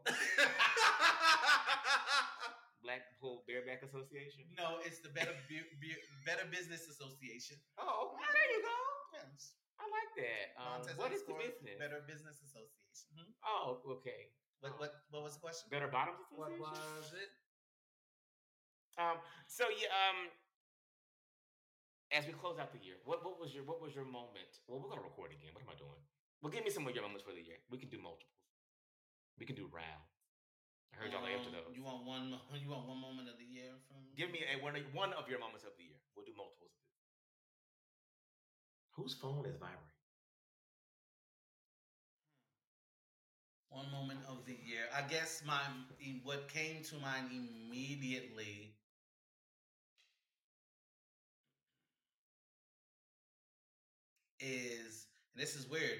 A: Blackpool Bareback Association.
C: No, it's the Better Bu- Bu- Better Business Association.
A: Oh, okay, there you go.
C: Yes.
A: I like that. Um,
C: Montez
A: what is the
C: underscore
A: business?
C: Better Business Association. Hmm?
A: Oh, okay.
C: What, what what was the question?
A: Better Bottoms
D: What
A: Association.
D: was it?
A: Um. So yeah. Um. As we close out the year, what what was your what was your moment? Well, we're gonna record again. What am I doing? Well, give me some of your moments for the year. We can do multiples. We can do rounds. I heard y'all like up to
C: Um,
A: those.
C: You want one? mo- *laughs* You want one moment of the year from?
A: give me a, one of- one of your moments of the year. We'll do multiples of this. Whose phone is vibrating?
C: one moment of the year. I guess my e- what came to mind immediately. Is and this is weird.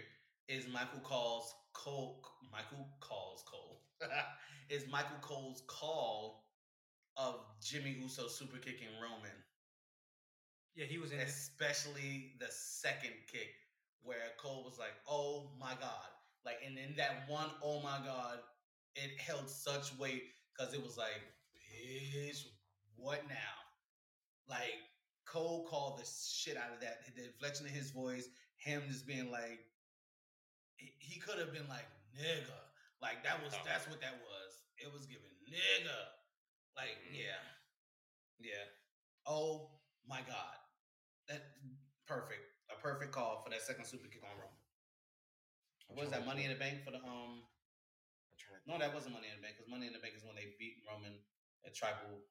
C: Is Michael Cole's Cole? Michael calls Cole. *laughs* is Michael Cole's call of Jimmy Uso super kicking Roman?
D: Yeah, he was in it.
C: especially the second kick where Cole was like, "Oh my god!" Like, and in that one, "Oh my god," it held such weight because it was like, "Bitch, what now?" Like Cole called the shit out of that. The inflection of his voice, him just being like, he, he could have been like, "Nigga," like that was that's what that was. It was giving nigga, like
D: Mm-hmm.
C: yeah, yeah. Oh my god. That perfect. A perfect call for that second super kick on Roman.
A: I'm
C: What is
A: trying
C: that
A: to
C: Money in
A: think.
C: the Bank for the um?
A: I'm trying to
C: No, that wasn't Money in the Bank because Money in the Bank is when they beat Roman at Tribal.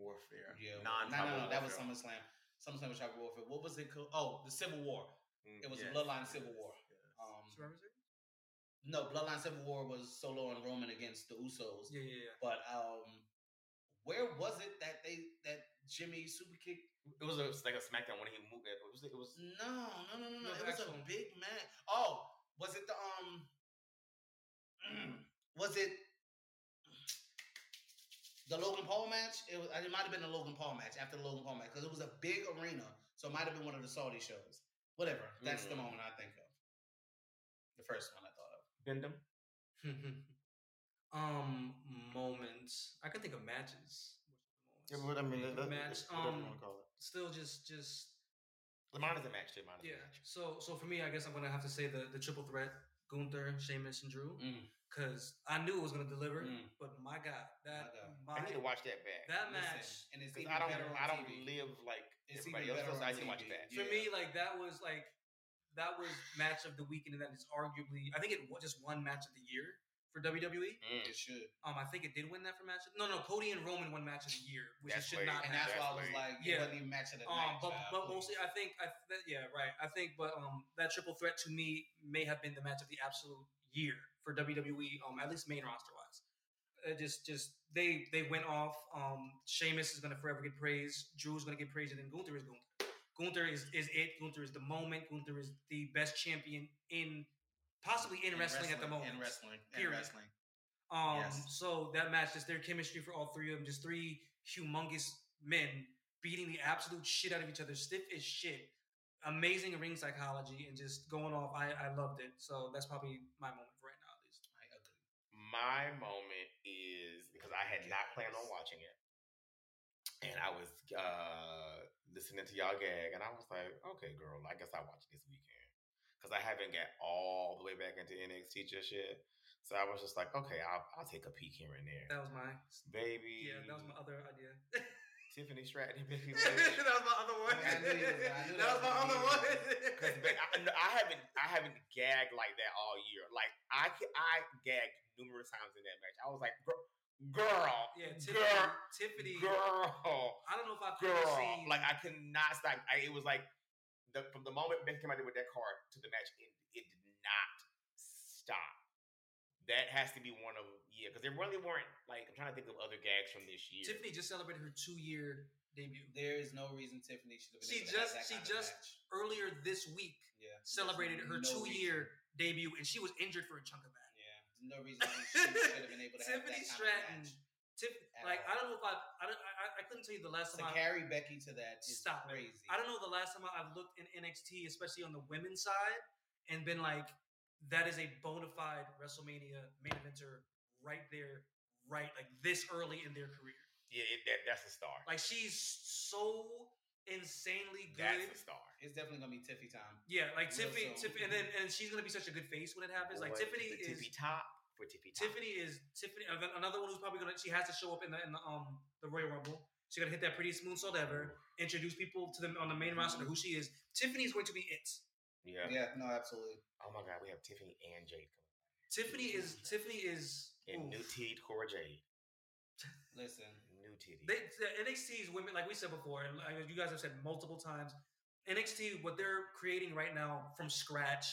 A: warfare.
C: Yeah,
A: Non.
C: no, no, no, that was SummerSlam. SummerSlam was Tribal Warfare. What was it called? Oh, the Civil War.
A: Mm,
C: It was Bloodline Civil War. Um,
D: Survivor Series?
C: no, Bloodline Civil War was Solo and Roman against the Usos.
D: Yeah, yeah, yeah.
C: But um, where was it that they that Jimmy super kicked
A: It was a, like a SmackDown when he moved. It was. It was
C: No, no, no, no, no.
D: No,
C: It
D: the
C: was
D: actual-
C: a big man. Oh, was it the um? *clears throat* mm, was it the Logan Paul match? It was. It might have been the Logan Paul match after the Logan Paul match because it was a big arena, so it might have been one of the Saudi shows. Whatever. That's the
A: Mm.
C: moment I think of. The first one I thought of.
A: Bendham.
D: um, moments. I can think of matches.
A: I mean,
D: that- that- Match, whatever you um, wanna
A: call it.
D: Still, just, just
A: Mine is a match too. Mine is
D: yeah.
A: a match.
D: So, so for me, I guess I'm gonna have to say the the triple threat: Gunther, Sheamus, and Drew.
C: Mm.
D: Because I knew it was gonna deliver,
C: Mm.
D: but my God, that my,
A: I need to watch that back.
D: that
C: Listen,
D: match.
C: and it's
A: Because
C: even
A: I don't,
C: better on
A: I don't
C: TV.
A: live like
C: It's
A: everybody
C: even
A: else.
C: better
A: does, so
C: on
A: I need to watch
C: TV.
A: that.
C: Yeah.
D: For me, like that was like that was match of the weekend, and that is arguably I think it was just one match of the year for E. WWE.
A: Mm.
C: It should.
D: Um, I think it did win that for match. Of, no, no, Cody and Roman won match of the year, which
A: That's
D: it should not
A: weird.
C: And
D: have.
C: that's why I was
A: Definitely.
C: like,
D: Yeah.
C: it wasn't even matching the
D: Um,
C: night.
D: but,
C: child,
D: but
C: please.
D: mostly, uh, I think I th- yeah right. I think, but um, that triple threat to E, me may have been the match of the absolute year for WWE. Um, at least main roster wise, uh, just just they they went off. Um, Sheamus is gonna forever get praised. Drew's gonna get praised, and then Gunther is Gunther. Gunther is is it. Gunther is the moment. Gunther is the best champion in possibly in,
C: In
D: wrestling, at the moment.
C: In wrestling. In
D: Period.
C: wrestling.
D: Um,
C: Yes.
D: so that match, just their chemistry for all three of them, just three humongous men beating the absolute shit out of each other, stiff as shit. Amazing ring psychology and just going off. I, I loved it. So that's probably my moment for right now, at least.
C: I agree.
A: My moment is because I had not planned on watching it, and I was uh, listening to y'all gag, and I was like, "Okay, girl, I guess I watch it this weekend," because I haven't got all the way back into NXT just yet. So I was just like, "Okay, I'll, I'll take a peek here and there."
D: That was my
A: Baby,
D: yeah. That was my other
C: *laughs*
D: idea.
A: Tiffany Stratton, and
D: *laughs*
A: Becky Lynch.
D: that was my other one.
C: Yeah, I knew you was gonna- I knew
D: *laughs* that was my other
C: that was
D: one.
A: Because I, no, I haven't I haven't gagged like that all year. Like I ca- I gagged numerous times in that match. I was like, girl, girl,
D: *laughs*
C: *laughs*
D: yeah, Tiffany.
A: girl,
D: Tiffany. uh,
A: girl,
D: I don't know if I've ever
A: girl.
D: seen
A: Like I could not stop. I, it was like the, from the moment Becky came out there with that card to the match, it, it did not stop. That has to be one of yeah, because there really weren't like I'm trying to think of other gags from this year.
D: Tiffany just celebrated her two year debut
C: There is no reason Tiffany should have been.
D: She
C: able to have
D: just-
C: that
D: she
C: kind of
D: just-
C: match.
D: earlier this week.
C: yeah There's
D: celebrated her
C: no
D: two
C: reason.
D: year debut, and she was injured for a chunk of that.
C: Yeah, there's no reason she should have been able to have that
D: Tiffany
C: kind
D: Stratton.
C: of match.
D: Tip,
C: At
D: like
C: all.
D: I don't know if I've, I don't, I, I- I couldn't tell you the last
C: To
D: time I
C: carry Becky to that is
D: Stop it.
C: crazy.
D: I don't know the last time I- I've looked in NXT, especially on the women's side, and been like, that is a bona fide WrestleMania main eventer right there, right like this early in their career.
A: yeah, it, that, that's a star.
D: Like she's so insanely
A: that's
D: good.
A: a star.
C: It's definitely gonna be Tiffy time.
D: Yeah, like
C: Real
D: Tiffany,
C: soul.
D: Tiffany, and then and she's gonna be such a good face when it happens. Like
A: Boy,
D: Tiffany
A: the
D: is
A: tippy top for tippy top.
D: Tiffany is Tiffany. an- Another one who's probably gonna. She has to show up in the in the um the Royal Rumble. She's gonna hit that prettiest moonsault ever. Introduce people to them on the main roster who she is. Tiffany is going to be it.
A: Yeah.
C: Yeah, no, absolutely.
A: Oh my God, we have Tiffany and Jade coming.
D: Tiffany is Tiffany is.
A: And new
D: ooh.
A: titted Cora Jade.
C: Listen,
A: New titty.
D: They, the NXT's women, like we said before, and like you guys have said multiple times, NXT what they're creating right now from scratch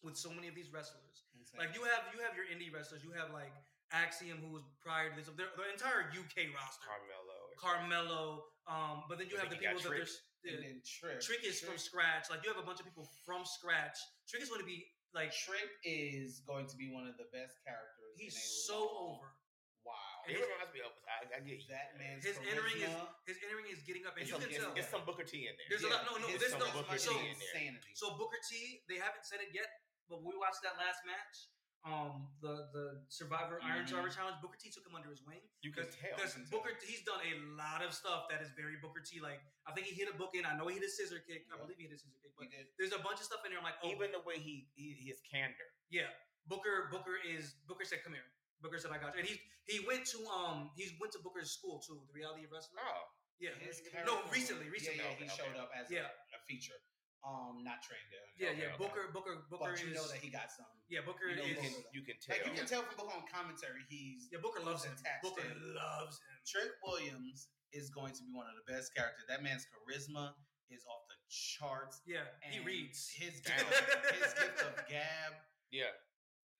D: with so many of these wrestlers.
C: insane.
D: Like you have you have your indie wrestlers. You have like Axiom, who was prior to this, their, their entire UK roster.
A: Carmelo.
D: Carmelo. Um, but then you
A: I
D: have the
A: think you
D: people
A: got
D: that there's
C: and
D: yeah.
C: then Trick.
D: Trick is from scratch. Like you have a bunch of people from scratch. Trick is going to be like
C: Trick is going to be one of the best characters.
D: he's
C: in a
D: so
C: long
D: over.
C: Wow.
A: It reminds me of. I, I get you.
C: that man's
D: His entering is-
C: charisma,
D: His entering is getting up, and
A: It's
D: you
A: some,
D: can
A: it's,
D: tell.
A: it's some Booker T in there.
D: There's a lot- no, no,
C: his
A: there's no-
C: charisma
A: so-
C: is insanity.
D: So Booker T, they haven't said it yet, but we watched that last match. Um, the the Survivor Iron
C: Mhm.
D: Survivor Challenge. Booker T took him under his wing
A: you can tell.
D: because
C: can tell.
D: Booker T, he's done a lot of stuff that is very Booker T. Like I think he hit a book in. I know he hit a scissor kick. I
C: Yep.
D: believe he hit a scissor kick.
C: he
D: But
C: did.
D: there's a bunch of stuff in there. I'm like, oh,
A: Even the way he, he his candor.
D: Yeah, Booker. Booker is Booker said, "Come here." Booker said, "I got you." And he he went to um he went to Booker's school too. The reality of wrestling.
A: Oh,
D: Yeah,
C: His
D: no,
C: character-
D: recently,
C: yeah,
D: recently.
C: Yeah,
A: Okay,
C: he
A: okay.
C: showed up as a-
D: Yeah.
C: a, feature. Um, not trained there.
D: yeah,
A: Okay,
D: yeah.
A: okay.
D: Booker, Booker,
C: but
D: Booker
C: you
D: is.
C: know that he got some.
D: yeah, Booker
C: you know
A: you
D: is.
A: can
C: Booker.
A: you can tell.
C: Like you can tell from Booker on commentary, he's
D: Yeah, Booker loves him.
C: attached
D: Booker
C: to him.
D: loves him.
C: Trick Williams is going to be one of the best characters. That man's charisma is off the charts.
D: Yeah, he
C: and
D: reads. *laughs*
C: his gift,
A: Damn.
C: his gift of gab.
A: yeah,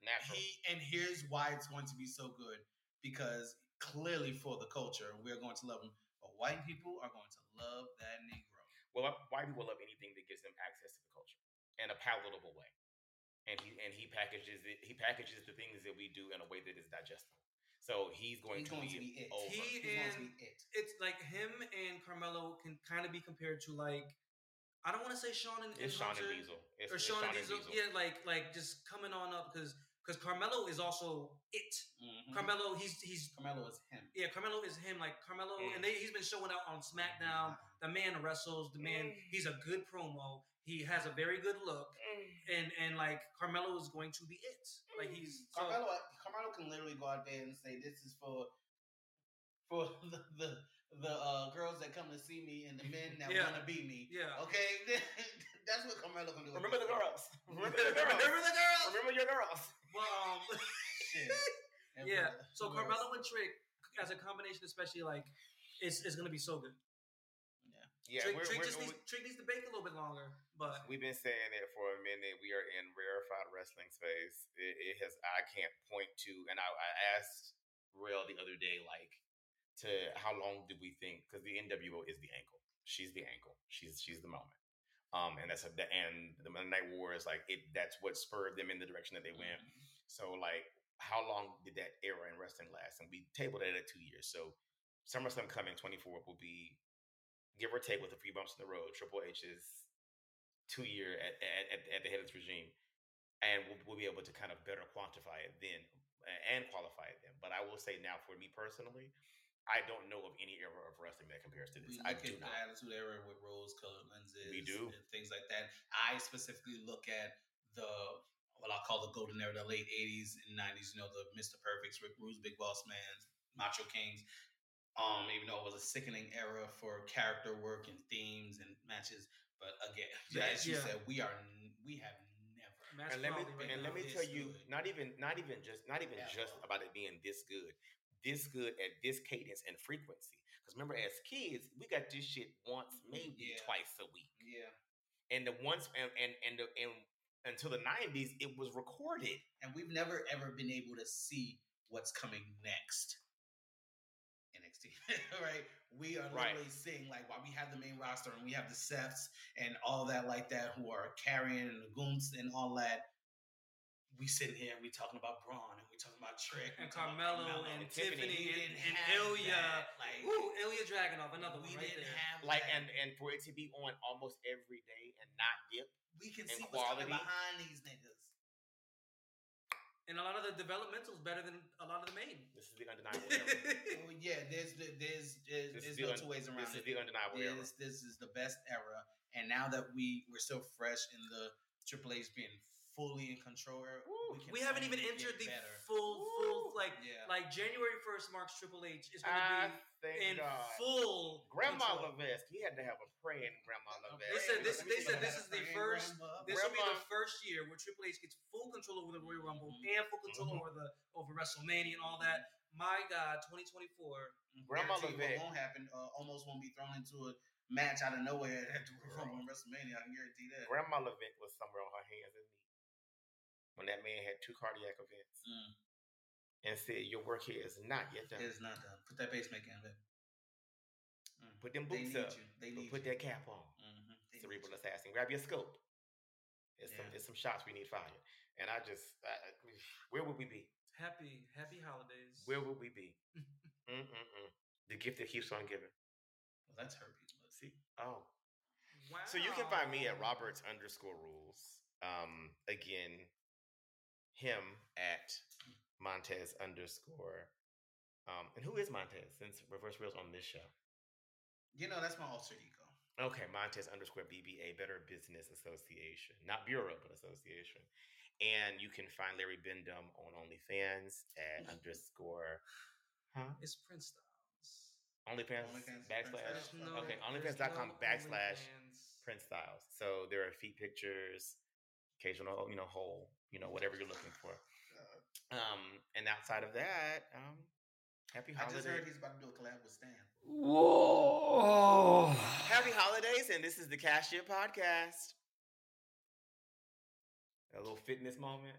A: natural.
C: He and here's why it's going to be so good because clearly for the culture we're going to love him, but white people are going to love that Negro.
A: well, white people love anything that gives them access to the culture in a palatable way, and he and he packages it. He packages the things that we do in a way that is digestible. So he's going,
C: He's going to be it.
A: over.
C: He's going
D: He
C: to be
D: and-
C: it.
D: It's like him and Carmelo can kind of be compared to like I don't want to say Sean and, and
A: it's Sean and
D: Hunter.
A: Diesel. It's,
D: or
A: it's
D: Sean
A: Shawn
D: and Diesel. Yeah, like like just coming on up because because Carmelo is also it.
C: Mhm.
D: Carmelo, he's he's
C: Carmelo is him.
D: yeah. Carmelo is him. Like Carmelo,
A: Mm.
D: and they, he's been showing out on SmackDown.
C: Mm-hmm.
D: The man wrestles. The man,
A: Mm.
D: he's a good promo. He has a very good look, and and like Carmelo is going to be it. Like he's so-
C: Carmelo, Carmelo can literally go out there and say, "This is for for *laughs* the the, the uh, girls that come to see me and the men that
D: Yeah.
C: want to be me."
D: yeah.
C: Okay, *laughs* that's what Carmelo can do.
A: Remember the girls. *laughs* Remember the girls.
D: *laughs*
A: *laughs*
D: Remember the girls?
A: Remember your girls.
D: Well, um, *laughs*
C: Shit. And
D: Yeah,
C: for the-
D: so
C: who else?
D: Carmelo and Trick as a combination, especially like. It's, it's gonna be so good.
A: Yeah,
D: Trick,
A: we're,
D: Trick
A: we're,
D: just needs, Trick needs to bake a little bit longer, but
A: we- we've been saying it for a minute. We are in rarefied wrestling space. It, it has. I can't point to, and I, I asked Rail the other day, like to how long did we think? Because the NWO is the ankle. She's the ankle. She's she's the moment. Um, and that's a, the and the Night War is like it. That's what spurred them in the direction that they went. So like, how long did that era in wrestling last? And we tabled it at two years. So SummerSlam coming twenty four will be give or take with a few bumps in the road. Triple H is two year at at, at, at the head of this regime, and we'll, we'll be able to kind of better quantify it then uh, and qualify it then. But I will say now, for me personally, I don't know of any era of wrestling that compares to
C: We
A: this.
C: look
A: I
C: at
A: do
C: the
A: not.
C: Attitude Era with rose colored lenses.
A: We do.
C: And things like that. I specifically look at the what I call the golden era, the late 80s and 90s, you know, the Mr. Perfects, Rick Rude's Big Boss Man's, Macho Kings. Um, even though it was a sickening era for character work and themes and matches. But again, *laughs*
D: Yeah,
C: as you
D: yeah.
C: said, we are n- we have never
D: That's
A: and let me
D: probably right
A: and
D: now
A: let me
C: is
A: tell you,
C: good.
A: not even not even just not even
C: Yeah.
A: just about it being this good, this good at this cadence and frequency. Because remember, as kids, we got this shit once, maybe
C: Yeah.
A: twice a week,
C: Yeah.
A: and the once and and and the, and until the nineties, it was recorded.
C: and we've never ever been able to see what's coming next. NXT, *laughs* right? We are
A: Right.
C: literally seeing like while we have the main roster and we have the Seths and all that like that who are carrying and the Goons and all that. We sitting here and we talking about Braun and we talking about Trick
D: And
C: we talking
D: Carmelo
C: about
D: and
C: We
D: Tiffany
C: didn't
D: and- and
C: have
D: Ilya.
C: that, Like
D: Ooh, Ilya Dragunov, another
C: we
D: one right
C: didn't
D: there.
C: have
A: Like
C: that.
A: and and for it to be on almost every day and not dip.
C: we can
A: and
C: see what's
A: quality.
C: coming behind these niggas.
D: and a lot of the developmental's better than a lot of the main.
A: This is the undeniable
D: *laughs*
A: era.
C: Oh yeah, there's there's there's,
A: This is
C: there's no
A: the-
C: two ways around
A: this
C: it.
A: is the undeniable era.
C: this this is the best era. And now that we we're still fresh in the Triple H being fully in control era,
A: Woo.
C: can
D: we haven't even
C: only get
D: entered the
C: better.
D: full, full like
C: yeah.
D: like January first marks Triple H is going
A: I
D: to be
A: thank
D: in
A: God.
D: full
A: Grandma
D: control.
A: Levesque, he had to have a praying Grandma Levesque.
D: They said this-
A: Let me
D: they
A: see
D: said
A: what
D: this
A: happened.
D: is the first- This will be
A: Grandma-
D: the first year where Triple H gets full control over the Royal Rumble
C: Mhm.
D: and full control
A: Mhm.
D: over the over WrestleMania and all that.
C: Mm-hmm.
D: My God, 2024.
A: Grandma Levesque.
C: Guarantee what Mm-hmm. won't happen. Uh, almost won't be thrown into a match out of
A: *laughs*
C: nowhere at the Royal Rumble and WrestleMania. I can guarantee that.
A: Grandma Levesque was somewhere on her hands and knees when that man had two cardiac events
C: Mm.
A: and said, "Your work here is not yet done.
C: It's not done. Put that pacemaker in there. Mm.
A: Put them
C: They
A: boots
C: need
A: up.
C: you. They
A: But
C: need
A: put
C: you.
A: that cap on,
C: Mhm. They need
A: cerebral
C: you.
A: assassin. Grab your scope. There's some
C: Yeah.
A: there's some shots we need fired." And I just, I, *sighs* I- where would we be?
D: Happy, happy holidays.
A: Where would we
C: *laughs*
A: be? Mm-mm-mm. The gift that keeps on giving.
C: Well, that's herpes. But see,
A: Oh,
D: wow.
A: So you can find me at Roberts underscore rules. Um, again, him at Montez underscore. Um, and who is Montez? Since Reverse Reels on this show.
C: you know that's my alter ego.
A: Okay, Montez underscore BBA, Better Business Association, not Bureau, but Association. And you can find Larry Bendham on OnlyFans at underscore huh?
D: It's Prince Styles.
A: OnlyFans,
C: OnlyFans,
A: backslash
C: Prince Styles.
D: There's no-
A: okay,
D: there's
A: OnlyFans.com
D: no
A: backslash
D: OnlyFans.
A: Prince Styles. So there are feet pictures, occasional, you know, hole, you know, whatever you're looking for.
C: Uh,
A: Um, and outside of that, um, happy
C: I just heard
A: holidays.
C: he's about to do a collab with Stan. *laughs*
G: Whoa.
A: Happy holidays, and this is the Cashier Podcast. A little fitness moment.